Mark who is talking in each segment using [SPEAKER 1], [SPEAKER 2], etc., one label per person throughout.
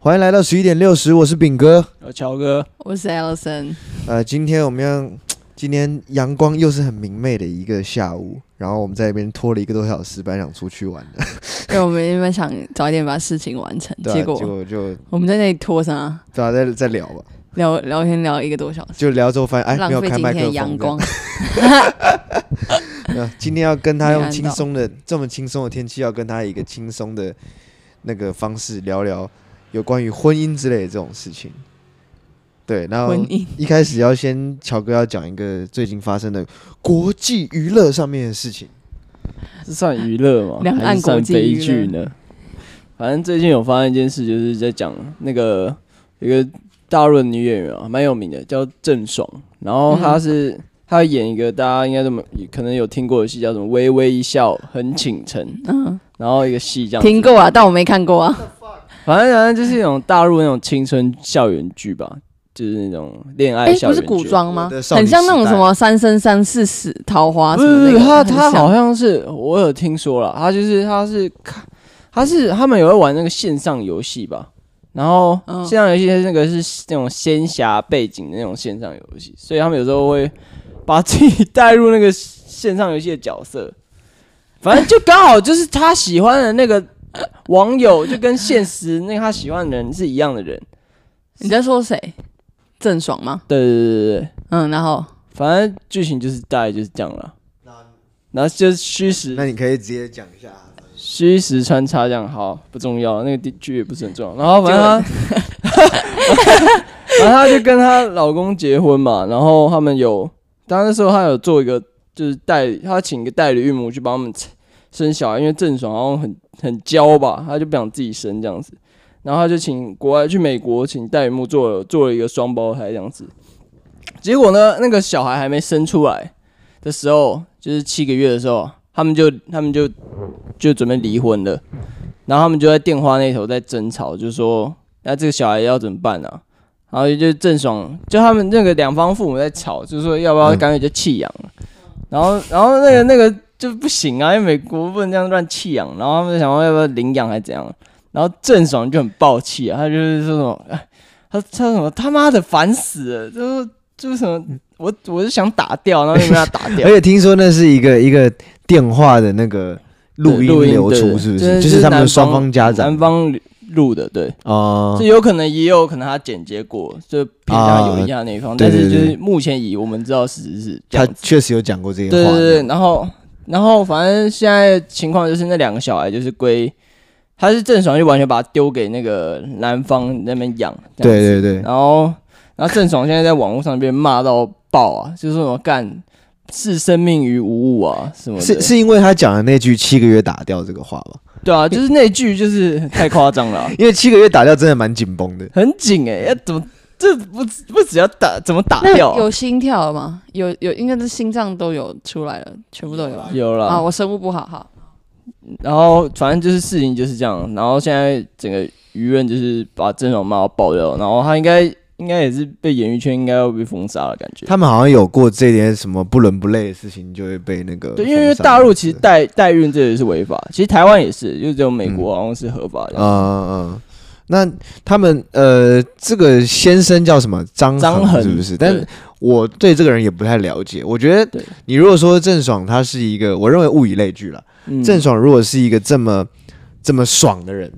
[SPEAKER 1] 欢迎来到十一点六十，我是炳哥。
[SPEAKER 2] 哦
[SPEAKER 3] 呃，乔哥，
[SPEAKER 2] 我是 Alison，
[SPEAKER 1] 呃，今天我们要，今天阳光又是很明媚的一个下午，然后我们在那边拖了一个多小时，本来想出去玩 的，
[SPEAKER 2] 因为我们原本想早一点把事情完成，
[SPEAKER 1] 对、啊，
[SPEAKER 2] 结
[SPEAKER 1] 结
[SPEAKER 2] 果
[SPEAKER 1] 果就
[SPEAKER 2] 我们在那里拖上
[SPEAKER 1] 对啊，再再聊吧，
[SPEAKER 2] 聊聊天聊一个多小时，
[SPEAKER 1] 就聊之后发现哎，
[SPEAKER 2] 浪
[SPEAKER 1] 没有
[SPEAKER 2] 费
[SPEAKER 1] 开
[SPEAKER 2] 今
[SPEAKER 1] 麦
[SPEAKER 2] 天
[SPEAKER 1] 克
[SPEAKER 2] 的
[SPEAKER 1] 风。
[SPEAKER 2] 阳光。
[SPEAKER 1] 对啊 今天要跟他
[SPEAKER 2] 没
[SPEAKER 1] 用
[SPEAKER 2] 按
[SPEAKER 1] 轻
[SPEAKER 2] 到
[SPEAKER 1] 松的这么轻松的天气，要跟他一个轻松的那个方式聊聊有关于婚姻之类的这种事情。对，然后
[SPEAKER 2] 婚姻
[SPEAKER 1] 一开始要先乔哥要讲一个最近发生的国际娱乐上面的事情。
[SPEAKER 3] 是算娱乐吗？
[SPEAKER 2] 两岸
[SPEAKER 3] 还是算
[SPEAKER 2] 国际
[SPEAKER 3] 悲
[SPEAKER 2] 娱乐
[SPEAKER 3] 剧呢？反正最近有发生一件事，就是在讲那个有一个大陆的女演员啊，蛮有名的，叫郑爽。然
[SPEAKER 2] 嗯
[SPEAKER 3] 后她是、她演一个大家应该都没可能有听过的戏，叫什么《微微一笑很倾城》。
[SPEAKER 2] 嗯，
[SPEAKER 3] 然后一个戏这样子
[SPEAKER 2] 听过啊，但我没看 过啊。
[SPEAKER 3] 反正反正就是那种大陆那种青春校园剧吧，就是那种恋爱
[SPEAKER 2] 哎，
[SPEAKER 3] 校
[SPEAKER 2] 不
[SPEAKER 3] 园剧。
[SPEAKER 2] 是古装吗
[SPEAKER 1] 我的？少女
[SPEAKER 2] 很像那种
[SPEAKER 1] 时代
[SPEAKER 2] 什么《三生三世十桃花》
[SPEAKER 3] 不
[SPEAKER 2] 什
[SPEAKER 3] 是
[SPEAKER 2] 么
[SPEAKER 3] 不是，
[SPEAKER 2] 的。
[SPEAKER 3] 他
[SPEAKER 2] 很
[SPEAKER 3] 他
[SPEAKER 2] 像
[SPEAKER 3] 好像是我有听说了，他就是他是看他是他们有在玩那个线上游戏吧，然后
[SPEAKER 2] 嗯
[SPEAKER 3] 线上游戏那个是那种仙侠背景的那种线上游戏，所以他们有时候会把自己带入那个线上游戏的角色，反正就刚好就是他喜欢的那个 网友就跟现实那个他喜欢的人是一样的人，
[SPEAKER 2] 你在说谁？郑爽吗？
[SPEAKER 3] 对对对对对。
[SPEAKER 2] 嗯，然后
[SPEAKER 3] 反正剧情就是大概就是这样了。然后就是虚实
[SPEAKER 1] 那你可以直接讲一下。
[SPEAKER 3] 虚实穿插这样，好不重要，那个地剧也不是很重要。然后反正她， 反正她就跟她老公结婚嘛，然后他们有，当那时候她有做一个就是代理，她请一个代理孕母去帮他们生小孩，因为郑爽好像很很娇吧，她就不想自己生这样子，然后她就请国外去美国请代理孕母做了做了一个双胞胎这样子，结果呢，那个小孩还没生出来的时候，就是七个月的时候，他们就他们就就准备离婚了，然后他们就在电话那头在争吵，就说那这个小孩要怎么办啊？然后就郑爽，就他们那个两方父母在吵，就说要不要干脆就弃养了。然后，然后那个那个就不行啊，因为美国不能这样乱弃养。然后他们就想说要不要领养还是怎样。然后郑爽就很暴气啊，他就是说什么，哎，他他什么他妈的烦死了，就是就是什么，我我是想打掉，然后就被他打掉
[SPEAKER 1] 而。且听说那是一个一个电话的那个录
[SPEAKER 3] 对
[SPEAKER 1] 音流出，
[SPEAKER 3] 对
[SPEAKER 1] 是不？
[SPEAKER 3] 就是
[SPEAKER 1] 就是他们
[SPEAKER 3] 男
[SPEAKER 1] 双方家长
[SPEAKER 3] 男方录的，对，
[SPEAKER 1] 哦
[SPEAKER 3] 这有可能也有可能他剪接过，就偏向有利他那一方，
[SPEAKER 1] 啊对
[SPEAKER 3] 但
[SPEAKER 1] 对
[SPEAKER 3] 是就
[SPEAKER 1] 对
[SPEAKER 3] 是目前以我们知道事实是这
[SPEAKER 1] 他
[SPEAKER 3] 样子。
[SPEAKER 1] 确实有讲过这些
[SPEAKER 3] 对
[SPEAKER 1] 话。
[SPEAKER 3] 对对，然后然后反正现在的情况就是那两个小孩就是归，他是郑爽就完全把他丢给那个男方那边养，这样子
[SPEAKER 1] 对对对，
[SPEAKER 3] 然后，然后郑爽现在在网络上被骂到爆啊，就是什么干视生命于无物啊什么的，
[SPEAKER 1] 是是因为他讲的那句“七个月打掉”这个话吗？
[SPEAKER 3] 对啊，就是那句就是太夸张了啊、
[SPEAKER 1] 因为七个月打掉真的蛮紧绷的。
[SPEAKER 3] 很紧哎、
[SPEAKER 1] 嗯
[SPEAKER 3] 要怎么这不不只要打怎么打
[SPEAKER 2] 那
[SPEAKER 3] 掉啊、
[SPEAKER 2] 有心跳吗？有有，应该是心脏都有出来了，全部都有啊。
[SPEAKER 3] 有了
[SPEAKER 2] 啊，我生物不好，好，
[SPEAKER 3] 然后反正就是事情就是这样，然后现在整个舆论就是把郑爽骂到爆掉，然后他应该应该也是被演艺圈应该要被封杀了感觉。
[SPEAKER 1] 他们好像有过这点什么不伦不类的事情，就会被那个
[SPEAKER 3] 对，因为因为
[SPEAKER 1] 封杀
[SPEAKER 3] 大陆其实
[SPEAKER 1] 这样子
[SPEAKER 3] 代代孕这也是违法，其实台湾也是，就只有美国好像是合法的。
[SPEAKER 1] 嗯嗯嗯，那他们呃，这个先生叫什么？张
[SPEAKER 3] 张
[SPEAKER 1] 恒
[SPEAKER 3] 恒
[SPEAKER 1] 是不是？
[SPEAKER 3] 对
[SPEAKER 1] 但我对这个人也不太了解。我觉得
[SPEAKER 3] 对
[SPEAKER 1] 你如果说郑爽，她是一个，我认为物以类聚了。
[SPEAKER 3] 嗯
[SPEAKER 1] 郑、爽如果是一个这么这么爽的人，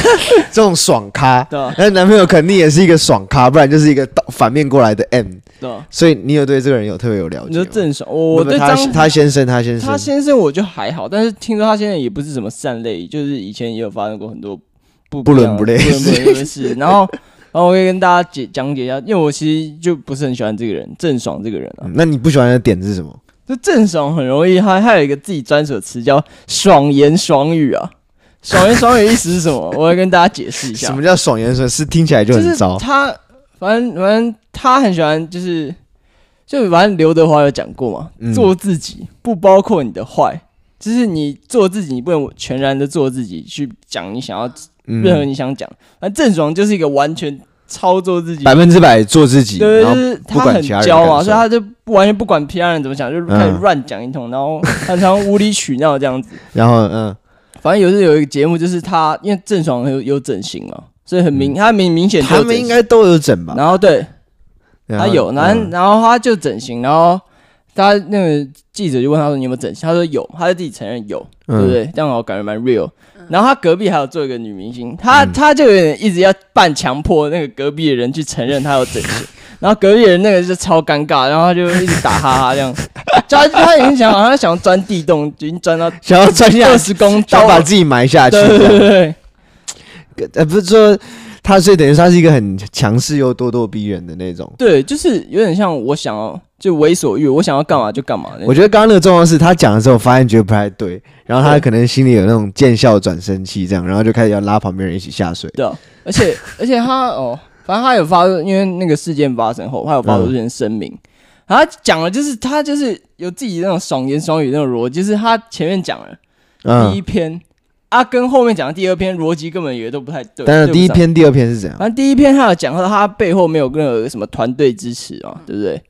[SPEAKER 1] 这种爽咖，
[SPEAKER 3] 对啊
[SPEAKER 1] 那男朋友肯定也是一个爽咖，不然就是一个倒反面过来的 M。
[SPEAKER 3] 对啊，
[SPEAKER 1] 所以你有对这个人有特别有了解
[SPEAKER 3] 你说
[SPEAKER 1] 吗？
[SPEAKER 3] 郑爽，
[SPEAKER 1] 不
[SPEAKER 3] 我我
[SPEAKER 1] 不
[SPEAKER 3] 对
[SPEAKER 1] 他
[SPEAKER 3] 张
[SPEAKER 1] 他先生，他先生，
[SPEAKER 3] 他先生我就还好，但是听说他现在也不是什么善类，就是以前也有发生过很多不
[SPEAKER 1] 不伦
[SPEAKER 3] 一样
[SPEAKER 1] 不类
[SPEAKER 3] 不伦不类的事。然后， 然后我可以跟大家解讲解一下，因为我其实就不是很喜欢这个人，郑爽这个人啊
[SPEAKER 1] 嗯。那你不喜欢的点是什么？
[SPEAKER 3] 就郑爽很容易，他还有一个自己专属的词叫“爽言爽语”啊。爽言爽语意思是什么？我要跟大家解释一下。
[SPEAKER 1] 什么叫爽言爽？是听起来就很糟
[SPEAKER 3] 是他，反正反正他很喜欢，就是就反正刘德华有讲过嘛，
[SPEAKER 1] 嗯
[SPEAKER 3] 做自己不包括你的坏，就是你做自己，你不能全然的做自己去讲你想要
[SPEAKER 1] 嗯
[SPEAKER 3] 任何你想讲。反正郑爽就是一个完全操作自己。
[SPEAKER 1] 百分之百做自己，
[SPEAKER 3] 对，
[SPEAKER 1] 然
[SPEAKER 3] 就
[SPEAKER 1] 后
[SPEAKER 3] 是
[SPEAKER 1] 不
[SPEAKER 3] 他
[SPEAKER 1] 管
[SPEAKER 3] 很
[SPEAKER 1] 其他人
[SPEAKER 3] 骄
[SPEAKER 1] 感
[SPEAKER 3] 嘛，
[SPEAKER 1] 受
[SPEAKER 3] 所以他就不完全不管其他人怎么想，就开始
[SPEAKER 1] 嗯
[SPEAKER 3] 乱讲一通，然后常常无理取闹这样子。
[SPEAKER 1] 然后嗯
[SPEAKER 3] 反正有时有一个节目，就是他因为郑爽有有整形嘛，所以很明，他明明显就
[SPEAKER 1] 嗯
[SPEAKER 3] 有
[SPEAKER 1] 他们
[SPEAKER 3] 整
[SPEAKER 1] 应
[SPEAKER 3] 形
[SPEAKER 1] 该都有整吧？
[SPEAKER 3] 然后对
[SPEAKER 1] 对啊
[SPEAKER 3] 他有，然后
[SPEAKER 1] 嗯
[SPEAKER 3] 然后他就整形，然后他那个记者就问他说你有没有整形，他说有，他就自己承认有，
[SPEAKER 1] 嗯
[SPEAKER 3] 对不对？这样我感觉蛮 real。然后他隔壁还有做一个女明星，他
[SPEAKER 1] 嗯
[SPEAKER 3] 他就有点一直要半强迫那个隔壁的人去承认他有 整形，然后隔壁的人那个就超尴尬，然后他就一直打哈哈这样，就他他已经想好像想要钻地洞，已经 钻到
[SPEAKER 1] 想要钻下
[SPEAKER 3] 二，十公
[SPEAKER 1] 想
[SPEAKER 3] 刀
[SPEAKER 1] 把
[SPEAKER 3] 了，
[SPEAKER 1] 自己埋下去
[SPEAKER 3] 对。对对对，
[SPEAKER 1] 呃，不是说他，所以等于说他是一个很强势又咄咄逼人的那种。
[SPEAKER 3] 对，就是有点像我想要就为所欲为，我想要干嘛就干嘛那种。
[SPEAKER 1] 我觉得刚刚那个状况是他讲的时候，发现觉得不太对，然后他
[SPEAKER 3] 对
[SPEAKER 1] 可能心里有那种见笑转生气这样，然后就开始要拉旁边人一起下水。
[SPEAKER 3] 对啊，而且而且他哦，反正他有发，因为那个事件发生后，他有发出一些声明，然后他讲了就是他就是有自己那种爽言爽语那种逻辑，就是他前面讲了第
[SPEAKER 1] 嗯
[SPEAKER 3] 一，篇，啊跟后面讲的第二篇逻辑根本也都不太对。
[SPEAKER 1] 但是
[SPEAKER 3] 对不
[SPEAKER 1] 第一
[SPEAKER 3] 上，
[SPEAKER 1] 篇、第二篇是怎样？
[SPEAKER 3] 反正第一篇他有讲到他背后没有任何什么团队支持啊，对不对？
[SPEAKER 1] 嗯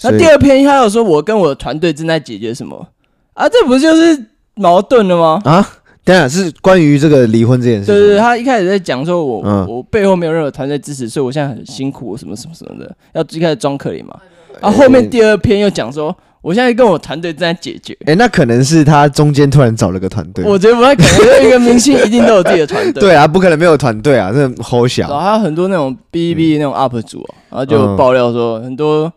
[SPEAKER 1] 所
[SPEAKER 3] 那
[SPEAKER 1] 以
[SPEAKER 3] 第二篇他有说我跟我的团队正在解决什么啊，这不就是矛盾了吗？
[SPEAKER 1] 啊，等一下是关于这个离婚这件事情。
[SPEAKER 3] 对对对，他一开始在讲说我，我、
[SPEAKER 1] 嗯
[SPEAKER 3] 背后没有任何团队支持，所以我现在很辛苦，什么什么什么的，要一开始装可怜嘛。啊，后面第二篇又讲说，我现在跟我团队正在解决。
[SPEAKER 1] 哎、那可能是他中间突然找了个团队。
[SPEAKER 3] 我觉得不太可能，一个明星一定都有自己的团队。
[SPEAKER 1] 对啊，不可能没有团队啊，这好
[SPEAKER 3] 然后
[SPEAKER 1] 小。
[SPEAKER 3] 还有很多那种 B B 那种 UP 主、哦，然后就
[SPEAKER 1] 嗯
[SPEAKER 3] 爆料说，很多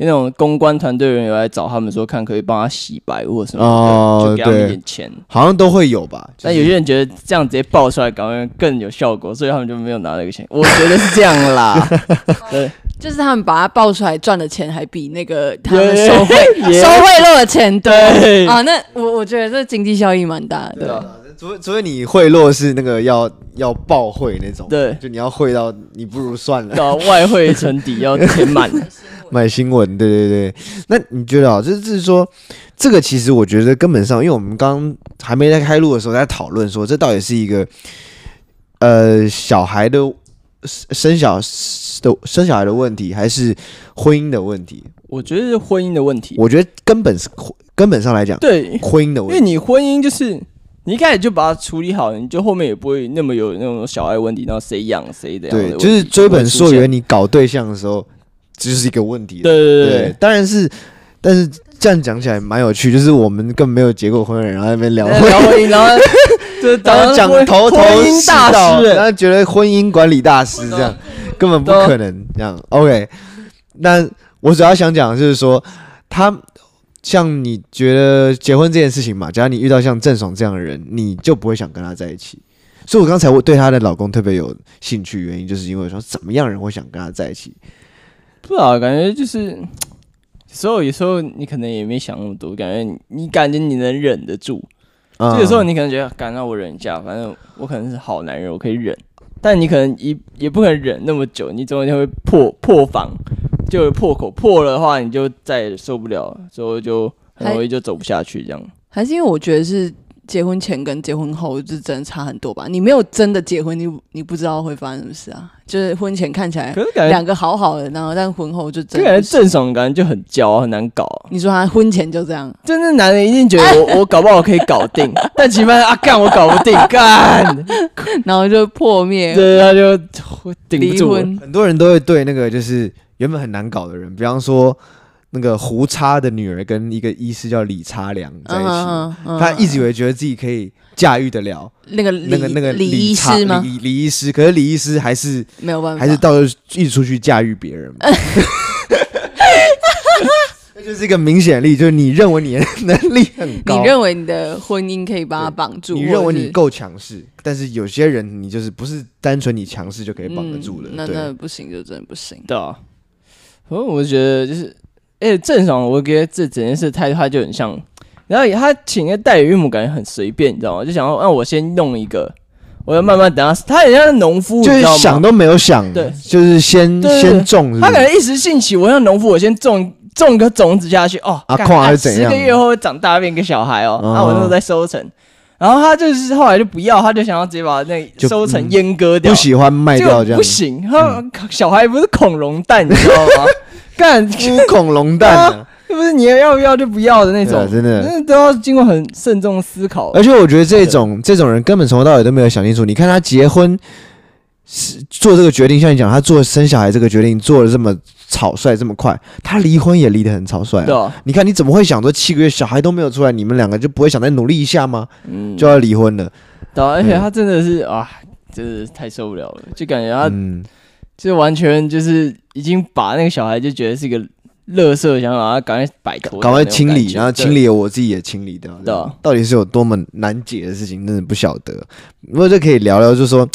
[SPEAKER 3] 那种公关团队人员来找他们说，看可以帮他洗白或什么的，
[SPEAKER 1] 哦
[SPEAKER 3] 就给他们一
[SPEAKER 1] 对
[SPEAKER 3] 点钱。
[SPEAKER 1] 好像都会有吧。就
[SPEAKER 3] 但
[SPEAKER 1] 是
[SPEAKER 3] 有些人觉得这样直接爆出来，搞得更有效果，所以他们就没有拿那个钱。我觉得是这样啦。
[SPEAKER 2] 就是他们把它爆出来赚的钱，还比那个他们
[SPEAKER 3] 耶
[SPEAKER 2] 收贿
[SPEAKER 3] 耶
[SPEAKER 2] 收贿赂的钱多
[SPEAKER 3] 对
[SPEAKER 2] 啊。那我我觉得这经济效益蛮大的。
[SPEAKER 3] 啊，
[SPEAKER 1] 除非除非你贿赂是那个要要报贿那种，
[SPEAKER 3] 对
[SPEAKER 1] 就你要贿到你不如算了。
[SPEAKER 3] 到外汇存底要填满。
[SPEAKER 1] 买新闻，对对对。那你觉得啊，就是说这个其实我觉得根本上，因为我们刚还没在开录的时候在讨论说，这到底是一个呃小孩的生小的生小孩的问题，还是婚姻的问题？
[SPEAKER 3] 我觉得是婚姻的问题。
[SPEAKER 1] 我觉得根本是根本上来讲，
[SPEAKER 3] 对，
[SPEAKER 1] 婚姻的
[SPEAKER 3] 因
[SPEAKER 1] 问
[SPEAKER 3] 为
[SPEAKER 1] 题。
[SPEAKER 3] 你婚姻就是你一开始就把它处理好，你就后面也不会那么有那种小爱问题，然后谁养谁的样的
[SPEAKER 1] 对，
[SPEAKER 3] 问题。
[SPEAKER 1] 就是追本溯
[SPEAKER 3] 不会出
[SPEAKER 1] 源，
[SPEAKER 3] 现。
[SPEAKER 1] 你搞对象的时候，这就是一个问题了。
[SPEAKER 3] 对对对
[SPEAKER 1] 对
[SPEAKER 3] 对，
[SPEAKER 1] 当然是，但是这样讲起来蛮有趣，就是我们根本没有结过婚的人，然后在那边 聊
[SPEAKER 3] 在聊婚姻，然后就
[SPEAKER 1] 然后讲头头
[SPEAKER 3] 婚姻
[SPEAKER 1] 是
[SPEAKER 3] 大
[SPEAKER 1] 道
[SPEAKER 3] 师，
[SPEAKER 1] 然
[SPEAKER 3] 欸
[SPEAKER 1] 后觉得婚姻管理大师这样，根本不可能这样。OK，那我主要想讲的就是说，他像你觉得结婚这件事情嘛，假如你遇到像郑爽这样的人，你就不会想跟他在一起。所以我刚才我对她的老公特别有兴趣，原因就是因为说怎么样人会想跟他在一起？
[SPEAKER 3] 不知道，感觉就是。所有有时候你可能也没想那么多，感觉你你感觉你能忍得住，
[SPEAKER 1] 啊
[SPEAKER 3] 就有时候你可能觉得，感到我忍一下，反正我可能是好男人，我可以忍。但你可能一也不可能忍那么久，你总有一天会破破防，就有破口破了的话，你就再也受不了，之后就很容易就走不下去这样。
[SPEAKER 2] 还是因为我觉得是结婚前跟结婚后是真的差很多吧。你没有真的结婚，你你不知道会发生什么事啊。就是婚前看起来
[SPEAKER 3] 可是感觉，
[SPEAKER 2] 两个好好的，然后但婚后就
[SPEAKER 3] 这
[SPEAKER 2] 真
[SPEAKER 3] 感
[SPEAKER 2] 的
[SPEAKER 3] 觉
[SPEAKER 2] 不是。
[SPEAKER 3] 郑爽感觉就很骄傲，很难搞。
[SPEAKER 2] 你说他婚前就这样，
[SPEAKER 3] 真的男人一定觉得我我搞不好可以搞定，但起码啊干我搞不定，干，
[SPEAKER 2] 然后就破灭
[SPEAKER 3] 对他就顶不
[SPEAKER 2] 离
[SPEAKER 3] 住了。
[SPEAKER 2] 婚，
[SPEAKER 1] 很多人都会对那个就是原本很难搞的人，比方说那个胡叉的女儿跟一个医师叫李叉良在一
[SPEAKER 3] 啊
[SPEAKER 1] 起，
[SPEAKER 2] 嗯嗯嗯
[SPEAKER 1] 他一直以为觉得自己可以驾驭得了
[SPEAKER 2] 那个李
[SPEAKER 1] 那个那个
[SPEAKER 2] 李
[SPEAKER 1] 李
[SPEAKER 2] 医
[SPEAKER 1] 叉
[SPEAKER 2] 师吗？
[SPEAKER 1] 李李医师，可是李医师还是
[SPEAKER 2] 没有办
[SPEAKER 3] 嗯
[SPEAKER 2] 法，
[SPEAKER 1] 还是到处一直出去驾驭别人嘛。 这就是一个明显例，就是你认为你的能力很
[SPEAKER 2] 你
[SPEAKER 1] 高，
[SPEAKER 2] 认为你的婚姻可以把它绑住，
[SPEAKER 1] 你
[SPEAKER 2] 或
[SPEAKER 1] 认为
[SPEAKER 2] 者是
[SPEAKER 1] 你够强势，但是有些人你就是不是单纯你强势就可以绑得住的。
[SPEAKER 2] 嗯那
[SPEAKER 1] 对
[SPEAKER 2] 那不行，就真的不行。
[SPEAKER 3] 对啊，反正我觉得就是，哎、郑爽，我觉得这整件事态度他就很像，然后他请一个代理孕母，感觉很随便，你知道吗？就想要让我先弄一个，我要慢慢等他，他很像农夫，
[SPEAKER 1] 就
[SPEAKER 3] 你
[SPEAKER 1] 是
[SPEAKER 3] 知道吗
[SPEAKER 1] 想都没有想，
[SPEAKER 3] 对
[SPEAKER 1] 就是先
[SPEAKER 3] 对对对
[SPEAKER 1] 先中是不
[SPEAKER 3] 他
[SPEAKER 1] 是，
[SPEAKER 3] 可能一时兴起，我像农夫，我先种种一个种子下去，哦，
[SPEAKER 1] 啊
[SPEAKER 3] 干
[SPEAKER 1] 况还
[SPEAKER 3] 啊
[SPEAKER 1] 是怎样
[SPEAKER 3] 十个月后会长大变个小孩哦，
[SPEAKER 1] 哦
[SPEAKER 3] 啊，我那时候再收成，然后他就是后来就不要，他就想要直接把那
[SPEAKER 1] 就
[SPEAKER 3] 收成
[SPEAKER 1] 嗯
[SPEAKER 3] 阉割掉，
[SPEAKER 1] 不喜欢卖
[SPEAKER 3] 结
[SPEAKER 1] 掉
[SPEAKER 3] 果
[SPEAKER 1] 这样
[SPEAKER 3] 不，行，他小孩不是恐龙蛋，你知道 吗？干，
[SPEAKER 1] 乌恐龙蛋啊
[SPEAKER 3] 是不是你要不要就不要的 那
[SPEAKER 1] 对啊
[SPEAKER 3] 种，
[SPEAKER 1] 真的。
[SPEAKER 3] 那都要经过很慎重思考。
[SPEAKER 1] 而且我觉得这种这种人根本从头到尾都没有想清楚。你看他结婚是做这个决定，像你讲，他做生小孩这个决定做的这么草率，这么快，他离婚也离得很草率、
[SPEAKER 3] 对
[SPEAKER 1] 啊。
[SPEAKER 3] 啊，
[SPEAKER 1] 你看，你怎么会想说七个月小孩都没有出来，你们两个就不会想再努力一下吗？
[SPEAKER 3] 嗯，
[SPEAKER 1] 就要离婚了。
[SPEAKER 3] 对啊，而且他真的是啊，真的是太受不了了，就感觉他
[SPEAKER 1] 嗯，
[SPEAKER 3] 就完全就是已经把那个小孩就觉得是一个垃圾，想把他赶快摆脱，
[SPEAKER 1] 赶快清理，然后清
[SPEAKER 3] 理。
[SPEAKER 1] 理了我自己也清理掉，
[SPEAKER 3] 对啊
[SPEAKER 1] 到底是有多么难解的事情，真的不晓得。不过这可以聊聊，就是说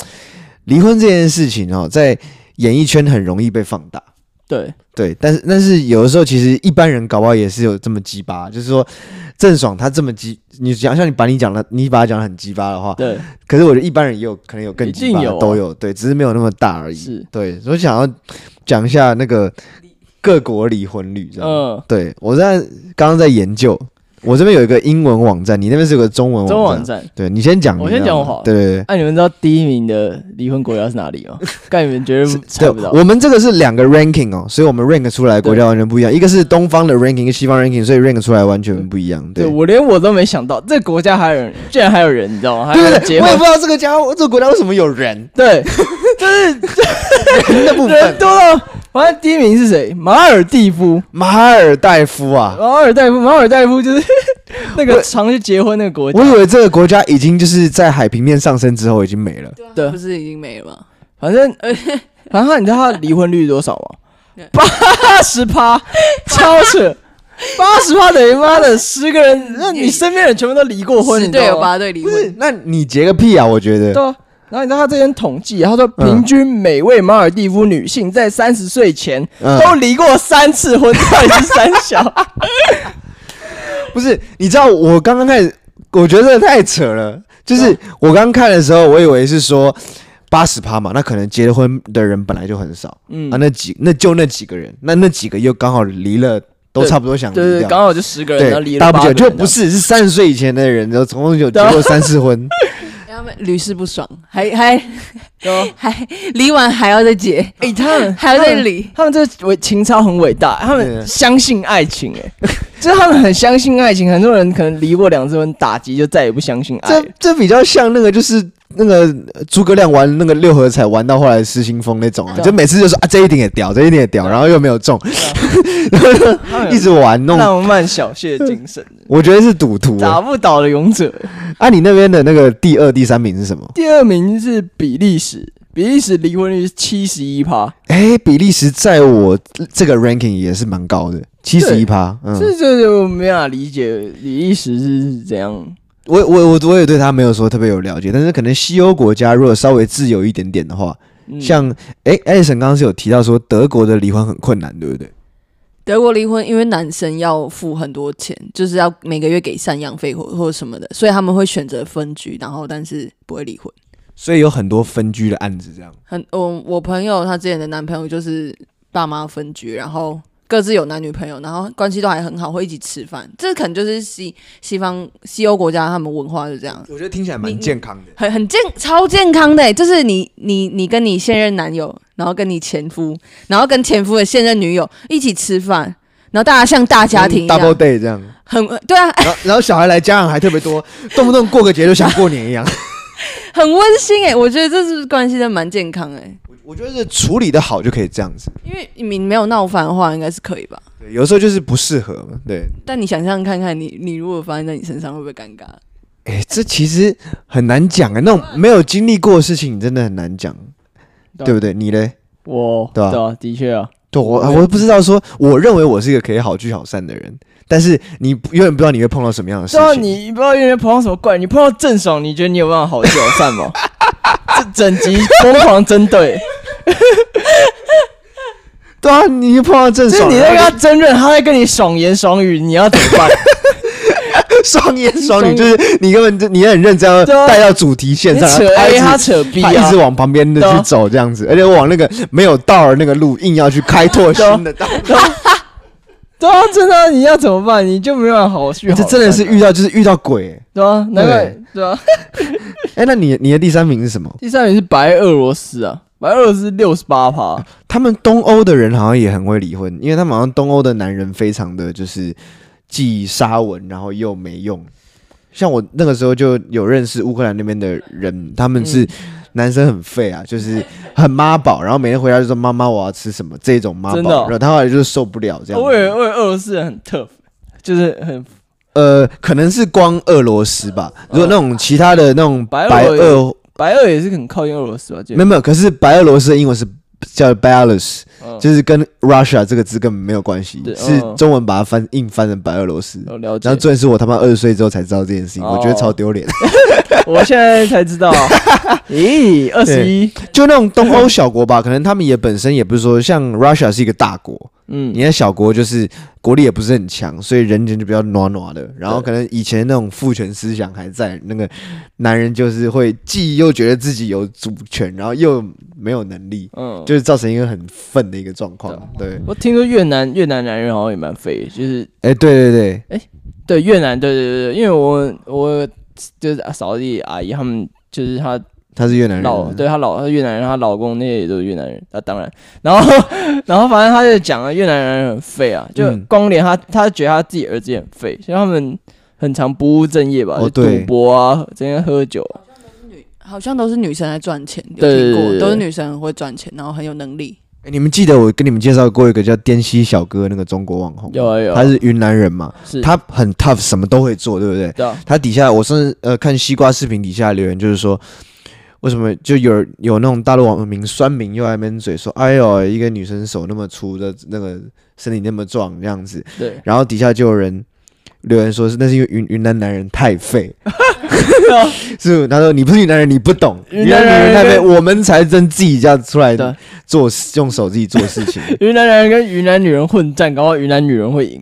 [SPEAKER 1] 离婚这件事情哦，在演艺圈很容易被放大。
[SPEAKER 3] 对，
[SPEAKER 1] 对，但是但是有的时候，其实一般人搞不好也是有这么鸡巴，就是说郑爽她这么鸡，你讲像你把你讲的，你把她讲的很鸡巴的话，
[SPEAKER 3] 对，
[SPEAKER 1] 可是我觉得一般人也有可能有更
[SPEAKER 3] 一
[SPEAKER 1] 鸡巴
[SPEAKER 3] 定
[SPEAKER 1] 的
[SPEAKER 3] 有啊
[SPEAKER 1] 都有，对，只是没有那么大而已。
[SPEAKER 3] 是，
[SPEAKER 1] 对，所以想要讲一下那个各国离婚率，这样。
[SPEAKER 3] 嗯，
[SPEAKER 1] 对我在刚刚在研究，我这边有一个英文网站，你那边是有个中文网站。
[SPEAKER 3] 中网站。
[SPEAKER 1] 对你先讲你那
[SPEAKER 3] 我
[SPEAKER 1] 个，
[SPEAKER 3] 先讲好了
[SPEAKER 1] 对对
[SPEAKER 3] 哎、你们知道第一名的离婚国家是哪里 吗？但你们绝对不猜
[SPEAKER 1] 对，
[SPEAKER 3] 不
[SPEAKER 1] 对
[SPEAKER 3] 到。
[SPEAKER 1] 我们这个是两个 ranking 哦，所以我们 rank 出来的国家
[SPEAKER 3] 对
[SPEAKER 1] 完全不一样，一个是东方的 ranking，一个西方 ranking，所以 rank 出来完全不一样。
[SPEAKER 3] 对
[SPEAKER 1] 对
[SPEAKER 3] 我连我都没想到，这国家还有人，居然还有人，你知道吗？还有
[SPEAKER 1] 对
[SPEAKER 3] 人
[SPEAKER 1] 对
[SPEAKER 3] 结
[SPEAKER 1] 对，我也
[SPEAKER 3] 婚
[SPEAKER 1] 不，知道这个家伙这个国家为什么有人
[SPEAKER 3] 对，
[SPEAKER 1] 人的部
[SPEAKER 3] 人
[SPEAKER 1] 分，
[SPEAKER 3] 多到，反正第一名是谁？马尔蒂夫，
[SPEAKER 1] 马尔代夫啊。
[SPEAKER 3] 马尔代夫，马尔代夫就是 那
[SPEAKER 1] 我
[SPEAKER 3] 个常去结婚那个国家
[SPEAKER 1] 我。以为这个国家已经就是在海平面上升之后已经没了，
[SPEAKER 3] 对
[SPEAKER 2] 不是已经没了吗？
[SPEAKER 3] 反 正，反正他你知道他离婚率多少吗
[SPEAKER 2] 对？
[SPEAKER 3] 八十 趴，超扯！八十趴等于妈的十个人，那你身边人全部都 离过婚，
[SPEAKER 2] 十
[SPEAKER 3] 你知
[SPEAKER 2] 对有
[SPEAKER 3] 道吗？嗯
[SPEAKER 2] 八对离
[SPEAKER 1] 不
[SPEAKER 2] 婚，
[SPEAKER 1] 是？那你结个屁啊！我觉得
[SPEAKER 3] 对啊。然后你知道他这边统计，啊他说
[SPEAKER 1] 嗯
[SPEAKER 3] 平均每位马尔蒂夫女性在三十岁前
[SPEAKER 1] 嗯
[SPEAKER 3] 都离过三次婚，到底是三小？
[SPEAKER 1] 不是，你知道我刚刚开始，我觉得这太扯了。
[SPEAKER 3] 嗯
[SPEAKER 1] 就是我刚看的时候，我以为是说八十趴嘛，那可能结了婚的人本来就很少、
[SPEAKER 3] 嗯
[SPEAKER 1] 啊，那几那就那几个人，那那几个又刚好离了，都
[SPEAKER 3] 对
[SPEAKER 1] 差不多想
[SPEAKER 3] 对对
[SPEAKER 1] 离
[SPEAKER 3] 对，
[SPEAKER 1] 掉。
[SPEAKER 3] 刚好就十个人，然后离
[SPEAKER 1] 对，
[SPEAKER 3] 了
[SPEAKER 1] 大不
[SPEAKER 3] 八
[SPEAKER 1] 久
[SPEAKER 3] 个
[SPEAKER 1] 就
[SPEAKER 3] 人
[SPEAKER 1] 不是是三十岁以前的人，然后总共有结
[SPEAKER 3] 对啊
[SPEAKER 1] 过三次 婚，
[SPEAKER 2] 哎他们屡试不爽，还还
[SPEAKER 3] 这样。对啊
[SPEAKER 2] 还离完还要再结，
[SPEAKER 3] 哎，他们
[SPEAKER 2] 还要
[SPEAKER 3] 他
[SPEAKER 2] 再
[SPEAKER 3] 们
[SPEAKER 2] 离，
[SPEAKER 3] 他们这伟情操很伟大，他
[SPEAKER 1] 对
[SPEAKER 3] 们相信爱情、哎， 就是他们很相信爱情。很多人可能离过两次婚，打击就再也不相信爱
[SPEAKER 1] 这
[SPEAKER 3] 了。
[SPEAKER 1] 这比较像那个就是那个呃诸葛亮玩那个六合彩玩到后来失心疯那种啊，
[SPEAKER 3] 对啊啊
[SPEAKER 1] 就每次就说啊这一点也屌，这一点也屌，然后又没有中，
[SPEAKER 3] 他们有
[SPEAKER 1] 一直玩弄，
[SPEAKER 3] 浪漫小谢精 神，
[SPEAKER 1] 我觉得是赌徒啊。
[SPEAKER 3] 打不倒的勇者。
[SPEAKER 1] 啊，你那边的那个第二、第三名是什么？
[SPEAKER 3] 第二名是比利时，比利时离婚率是七十一趴，
[SPEAKER 1] 哎、比利时在我这个 ranking 也是蛮高的，七十一趴。嗯，
[SPEAKER 3] 这这就没法理解比利时是怎样。
[SPEAKER 1] 我我我我也对他没有说特别有了解，但是可能西欧国家如果稍微自由一点点的话，
[SPEAKER 3] 嗯
[SPEAKER 1] 像哎，艾、森刚刚是有提到说德国的离婚很困难，对不对？
[SPEAKER 2] 德国离婚，因为男生要付很多钱，就是要每个月给赡养费或或什么的，所以他们会选择分居，然后但是不会离婚。
[SPEAKER 1] 所以有很多分居的案子这样。
[SPEAKER 2] 很，我我朋友她之前的男朋友就是爸妈分居，然后各自有男女朋友，然后关系都还很好，会一起吃饭。这可能就是西西方西欧国家他们文化是这样，
[SPEAKER 1] 我觉得听起来
[SPEAKER 2] 你
[SPEAKER 1] 蛮健康的。
[SPEAKER 2] 很很健超健康的欸，就是你你你跟你现任男友，然后跟你前夫，然后跟前夫的现任女友一起吃饭，然后大家像大家
[SPEAKER 3] 嗯
[SPEAKER 2] 庭一样，
[SPEAKER 1] double day 这样，
[SPEAKER 2] 很对啊，
[SPEAKER 1] 然后然后小孩来家长还特别多，动不动过个节就像过年一样。
[SPEAKER 2] 很温馨哎、我觉得这是关系真的蛮健康哎、
[SPEAKER 1] 我我觉得是处理的好就可以这样子，
[SPEAKER 2] 因为你没有闹翻的话，应该是可以吧？
[SPEAKER 1] 对，有时候就是不适合嘛，对，
[SPEAKER 2] 但你想象看看你，你如果发生在你身上，会不会尴尬？
[SPEAKER 1] 哎、这其实很难讲啊，那种没有经历过的事情，真的很难讲，
[SPEAKER 3] 对
[SPEAKER 1] 对不啊对？你嘞？
[SPEAKER 3] 我，
[SPEAKER 1] 对啊
[SPEAKER 3] 对啊，的确啊，
[SPEAKER 1] 对我，
[SPEAKER 3] 我
[SPEAKER 1] 我不知道说，我认为我是一个可以好聚好散的人，但是你永远不知道你会碰到什么样的事
[SPEAKER 3] 知道
[SPEAKER 1] 情。
[SPEAKER 3] 啊你不知道有人碰到什么怪，你碰到郑爽，你觉得你有办法好聚好 散吗？这整集疯狂针对，
[SPEAKER 1] 对啊，你碰到郑
[SPEAKER 3] 就是
[SPEAKER 1] 爽，
[SPEAKER 3] 你在
[SPEAKER 1] 然
[SPEAKER 3] 跟
[SPEAKER 1] 后
[SPEAKER 3] 他争论，他在跟你爽言爽语，你要怎么 办？
[SPEAKER 1] 就 双言双语，
[SPEAKER 3] 双语
[SPEAKER 1] 就是你根本就你很认真要
[SPEAKER 3] 对啊
[SPEAKER 1] 带到主题线
[SPEAKER 3] 你
[SPEAKER 1] 上，
[SPEAKER 3] 扯
[SPEAKER 1] 然后
[SPEAKER 3] A，
[SPEAKER 1] 哎他
[SPEAKER 3] 他
[SPEAKER 1] 一直
[SPEAKER 3] 扯 B
[SPEAKER 1] 他一
[SPEAKER 3] 啊
[SPEAKER 1] 直，往旁边的
[SPEAKER 3] 对啊
[SPEAKER 1] 去走这样子，而且往那个没有道的那个路硬要去开拓
[SPEAKER 3] 对啊
[SPEAKER 1] 新的道。
[SPEAKER 3] 对啊，真的啊，你要怎么办？你就没办法好聚好
[SPEAKER 1] 哎这
[SPEAKER 3] 散啊。
[SPEAKER 1] 真的是遇到就是遇到鬼、欸。
[SPEAKER 3] 对啊，难怪对啊。
[SPEAKER 1] 哎、那你你的第三名是什么？
[SPEAKER 3] 第三名是白俄罗斯啊，白俄罗斯六十八趴，
[SPEAKER 1] 他们东欧的人好像也很会离婚，因为他们好像东欧的男人非常的就是既沙文，然后又
[SPEAKER 3] 嗯
[SPEAKER 1] 没用。像我那个时候就有认识乌克兰那边的人，他们是男生很废啊，就是很妈宝，然后每天回家就说妈妈我要吃什么这种妈宝，
[SPEAKER 3] 真的哦
[SPEAKER 1] 然后他后来就是受不了这样
[SPEAKER 3] 我以为
[SPEAKER 1] 子。
[SPEAKER 3] 我以为俄罗斯人很 tough，就是很
[SPEAKER 1] 呃，可能是光俄罗斯吧，如果那种其他的那种
[SPEAKER 3] 哦白
[SPEAKER 1] 白
[SPEAKER 3] 俄
[SPEAKER 1] 俄，
[SPEAKER 3] 白俄也是很靠近俄罗斯吧？记
[SPEAKER 1] 没
[SPEAKER 3] 得
[SPEAKER 1] 有没有，可是白俄罗斯的英文是叫 Belarus，
[SPEAKER 3] 嗯
[SPEAKER 1] 就是跟 Russia 这个字根本没有关系
[SPEAKER 3] 对，
[SPEAKER 1] 是
[SPEAKER 3] 嗯
[SPEAKER 1] 中文把它翻硬翻成白俄罗斯。
[SPEAKER 3] 我了解
[SPEAKER 1] 然后，重点是我他妈二十岁之后才知道这件事情，
[SPEAKER 3] 哦
[SPEAKER 1] 我觉得超丢脸。
[SPEAKER 3] 我现在才知道啊，咦，二十一，
[SPEAKER 1] 就那种东欧小国吧，可能他们也本身也不是说像 Russia 是一个大国，
[SPEAKER 3] 嗯
[SPEAKER 1] 你，看小国就是国力也不是很强，所以人权就比较暖暖的。然后可能以前那种父权思想还在，那个男人就是会既又觉得自己有主权，然后又没有能力，
[SPEAKER 3] 嗯，
[SPEAKER 1] 就是造成一个很愤的一个状况。对，
[SPEAKER 3] 我听说越南越南男人好像也蛮肥，就是
[SPEAKER 1] 哎，对对对，
[SPEAKER 3] 对越南，对对对对，因为我我就是扫地阿姨他们。就是她
[SPEAKER 1] 他是越南人。
[SPEAKER 3] 老，对她老，她越南人，她老公那些也都是越南人，那、当然，然后 然后反正她就讲了越南人很废啊，就
[SPEAKER 1] 嗯
[SPEAKER 3] 光连她，她觉得她自己儿子也很废，所以他们很常不务正业吧，
[SPEAKER 1] 哦
[SPEAKER 3] 就
[SPEAKER 1] 对
[SPEAKER 3] 赌博啊，整天喝酒，
[SPEAKER 2] 好像都是女生在赚钱，有
[SPEAKER 3] 对
[SPEAKER 2] 听
[SPEAKER 3] 对对
[SPEAKER 2] 过，
[SPEAKER 3] 对
[SPEAKER 2] 都是女生很会赚钱，然后很有能力。
[SPEAKER 1] 哎你们记得我跟你们介绍过一个叫滇西小哥那个中国网红，
[SPEAKER 3] 有啊有啊
[SPEAKER 1] 他是云南人嘛，
[SPEAKER 3] 是
[SPEAKER 1] 他很 tough，什么都会做，对不对？
[SPEAKER 3] 对啊
[SPEAKER 1] 他底下我甚至呃看西瓜视频底下留言，就是说。为什么就有有那种大陆网民酸民又在那边嘴说，哎呦，一个女生手那么粗的，那个身体那么壮这样子，
[SPEAKER 3] 对，
[SPEAKER 1] 然后底下就有人留言说是那是因为云云南男人太 废，是他说你不是云南人你不懂，
[SPEAKER 3] 云
[SPEAKER 1] 云
[SPEAKER 3] 南
[SPEAKER 1] 南人
[SPEAKER 3] 人
[SPEAKER 1] 太废，我们才真自己这样出来
[SPEAKER 3] 对
[SPEAKER 1] 做事，用手自己做事情。
[SPEAKER 3] 云南人跟云南女人混战，搞不好云南女人 会赢，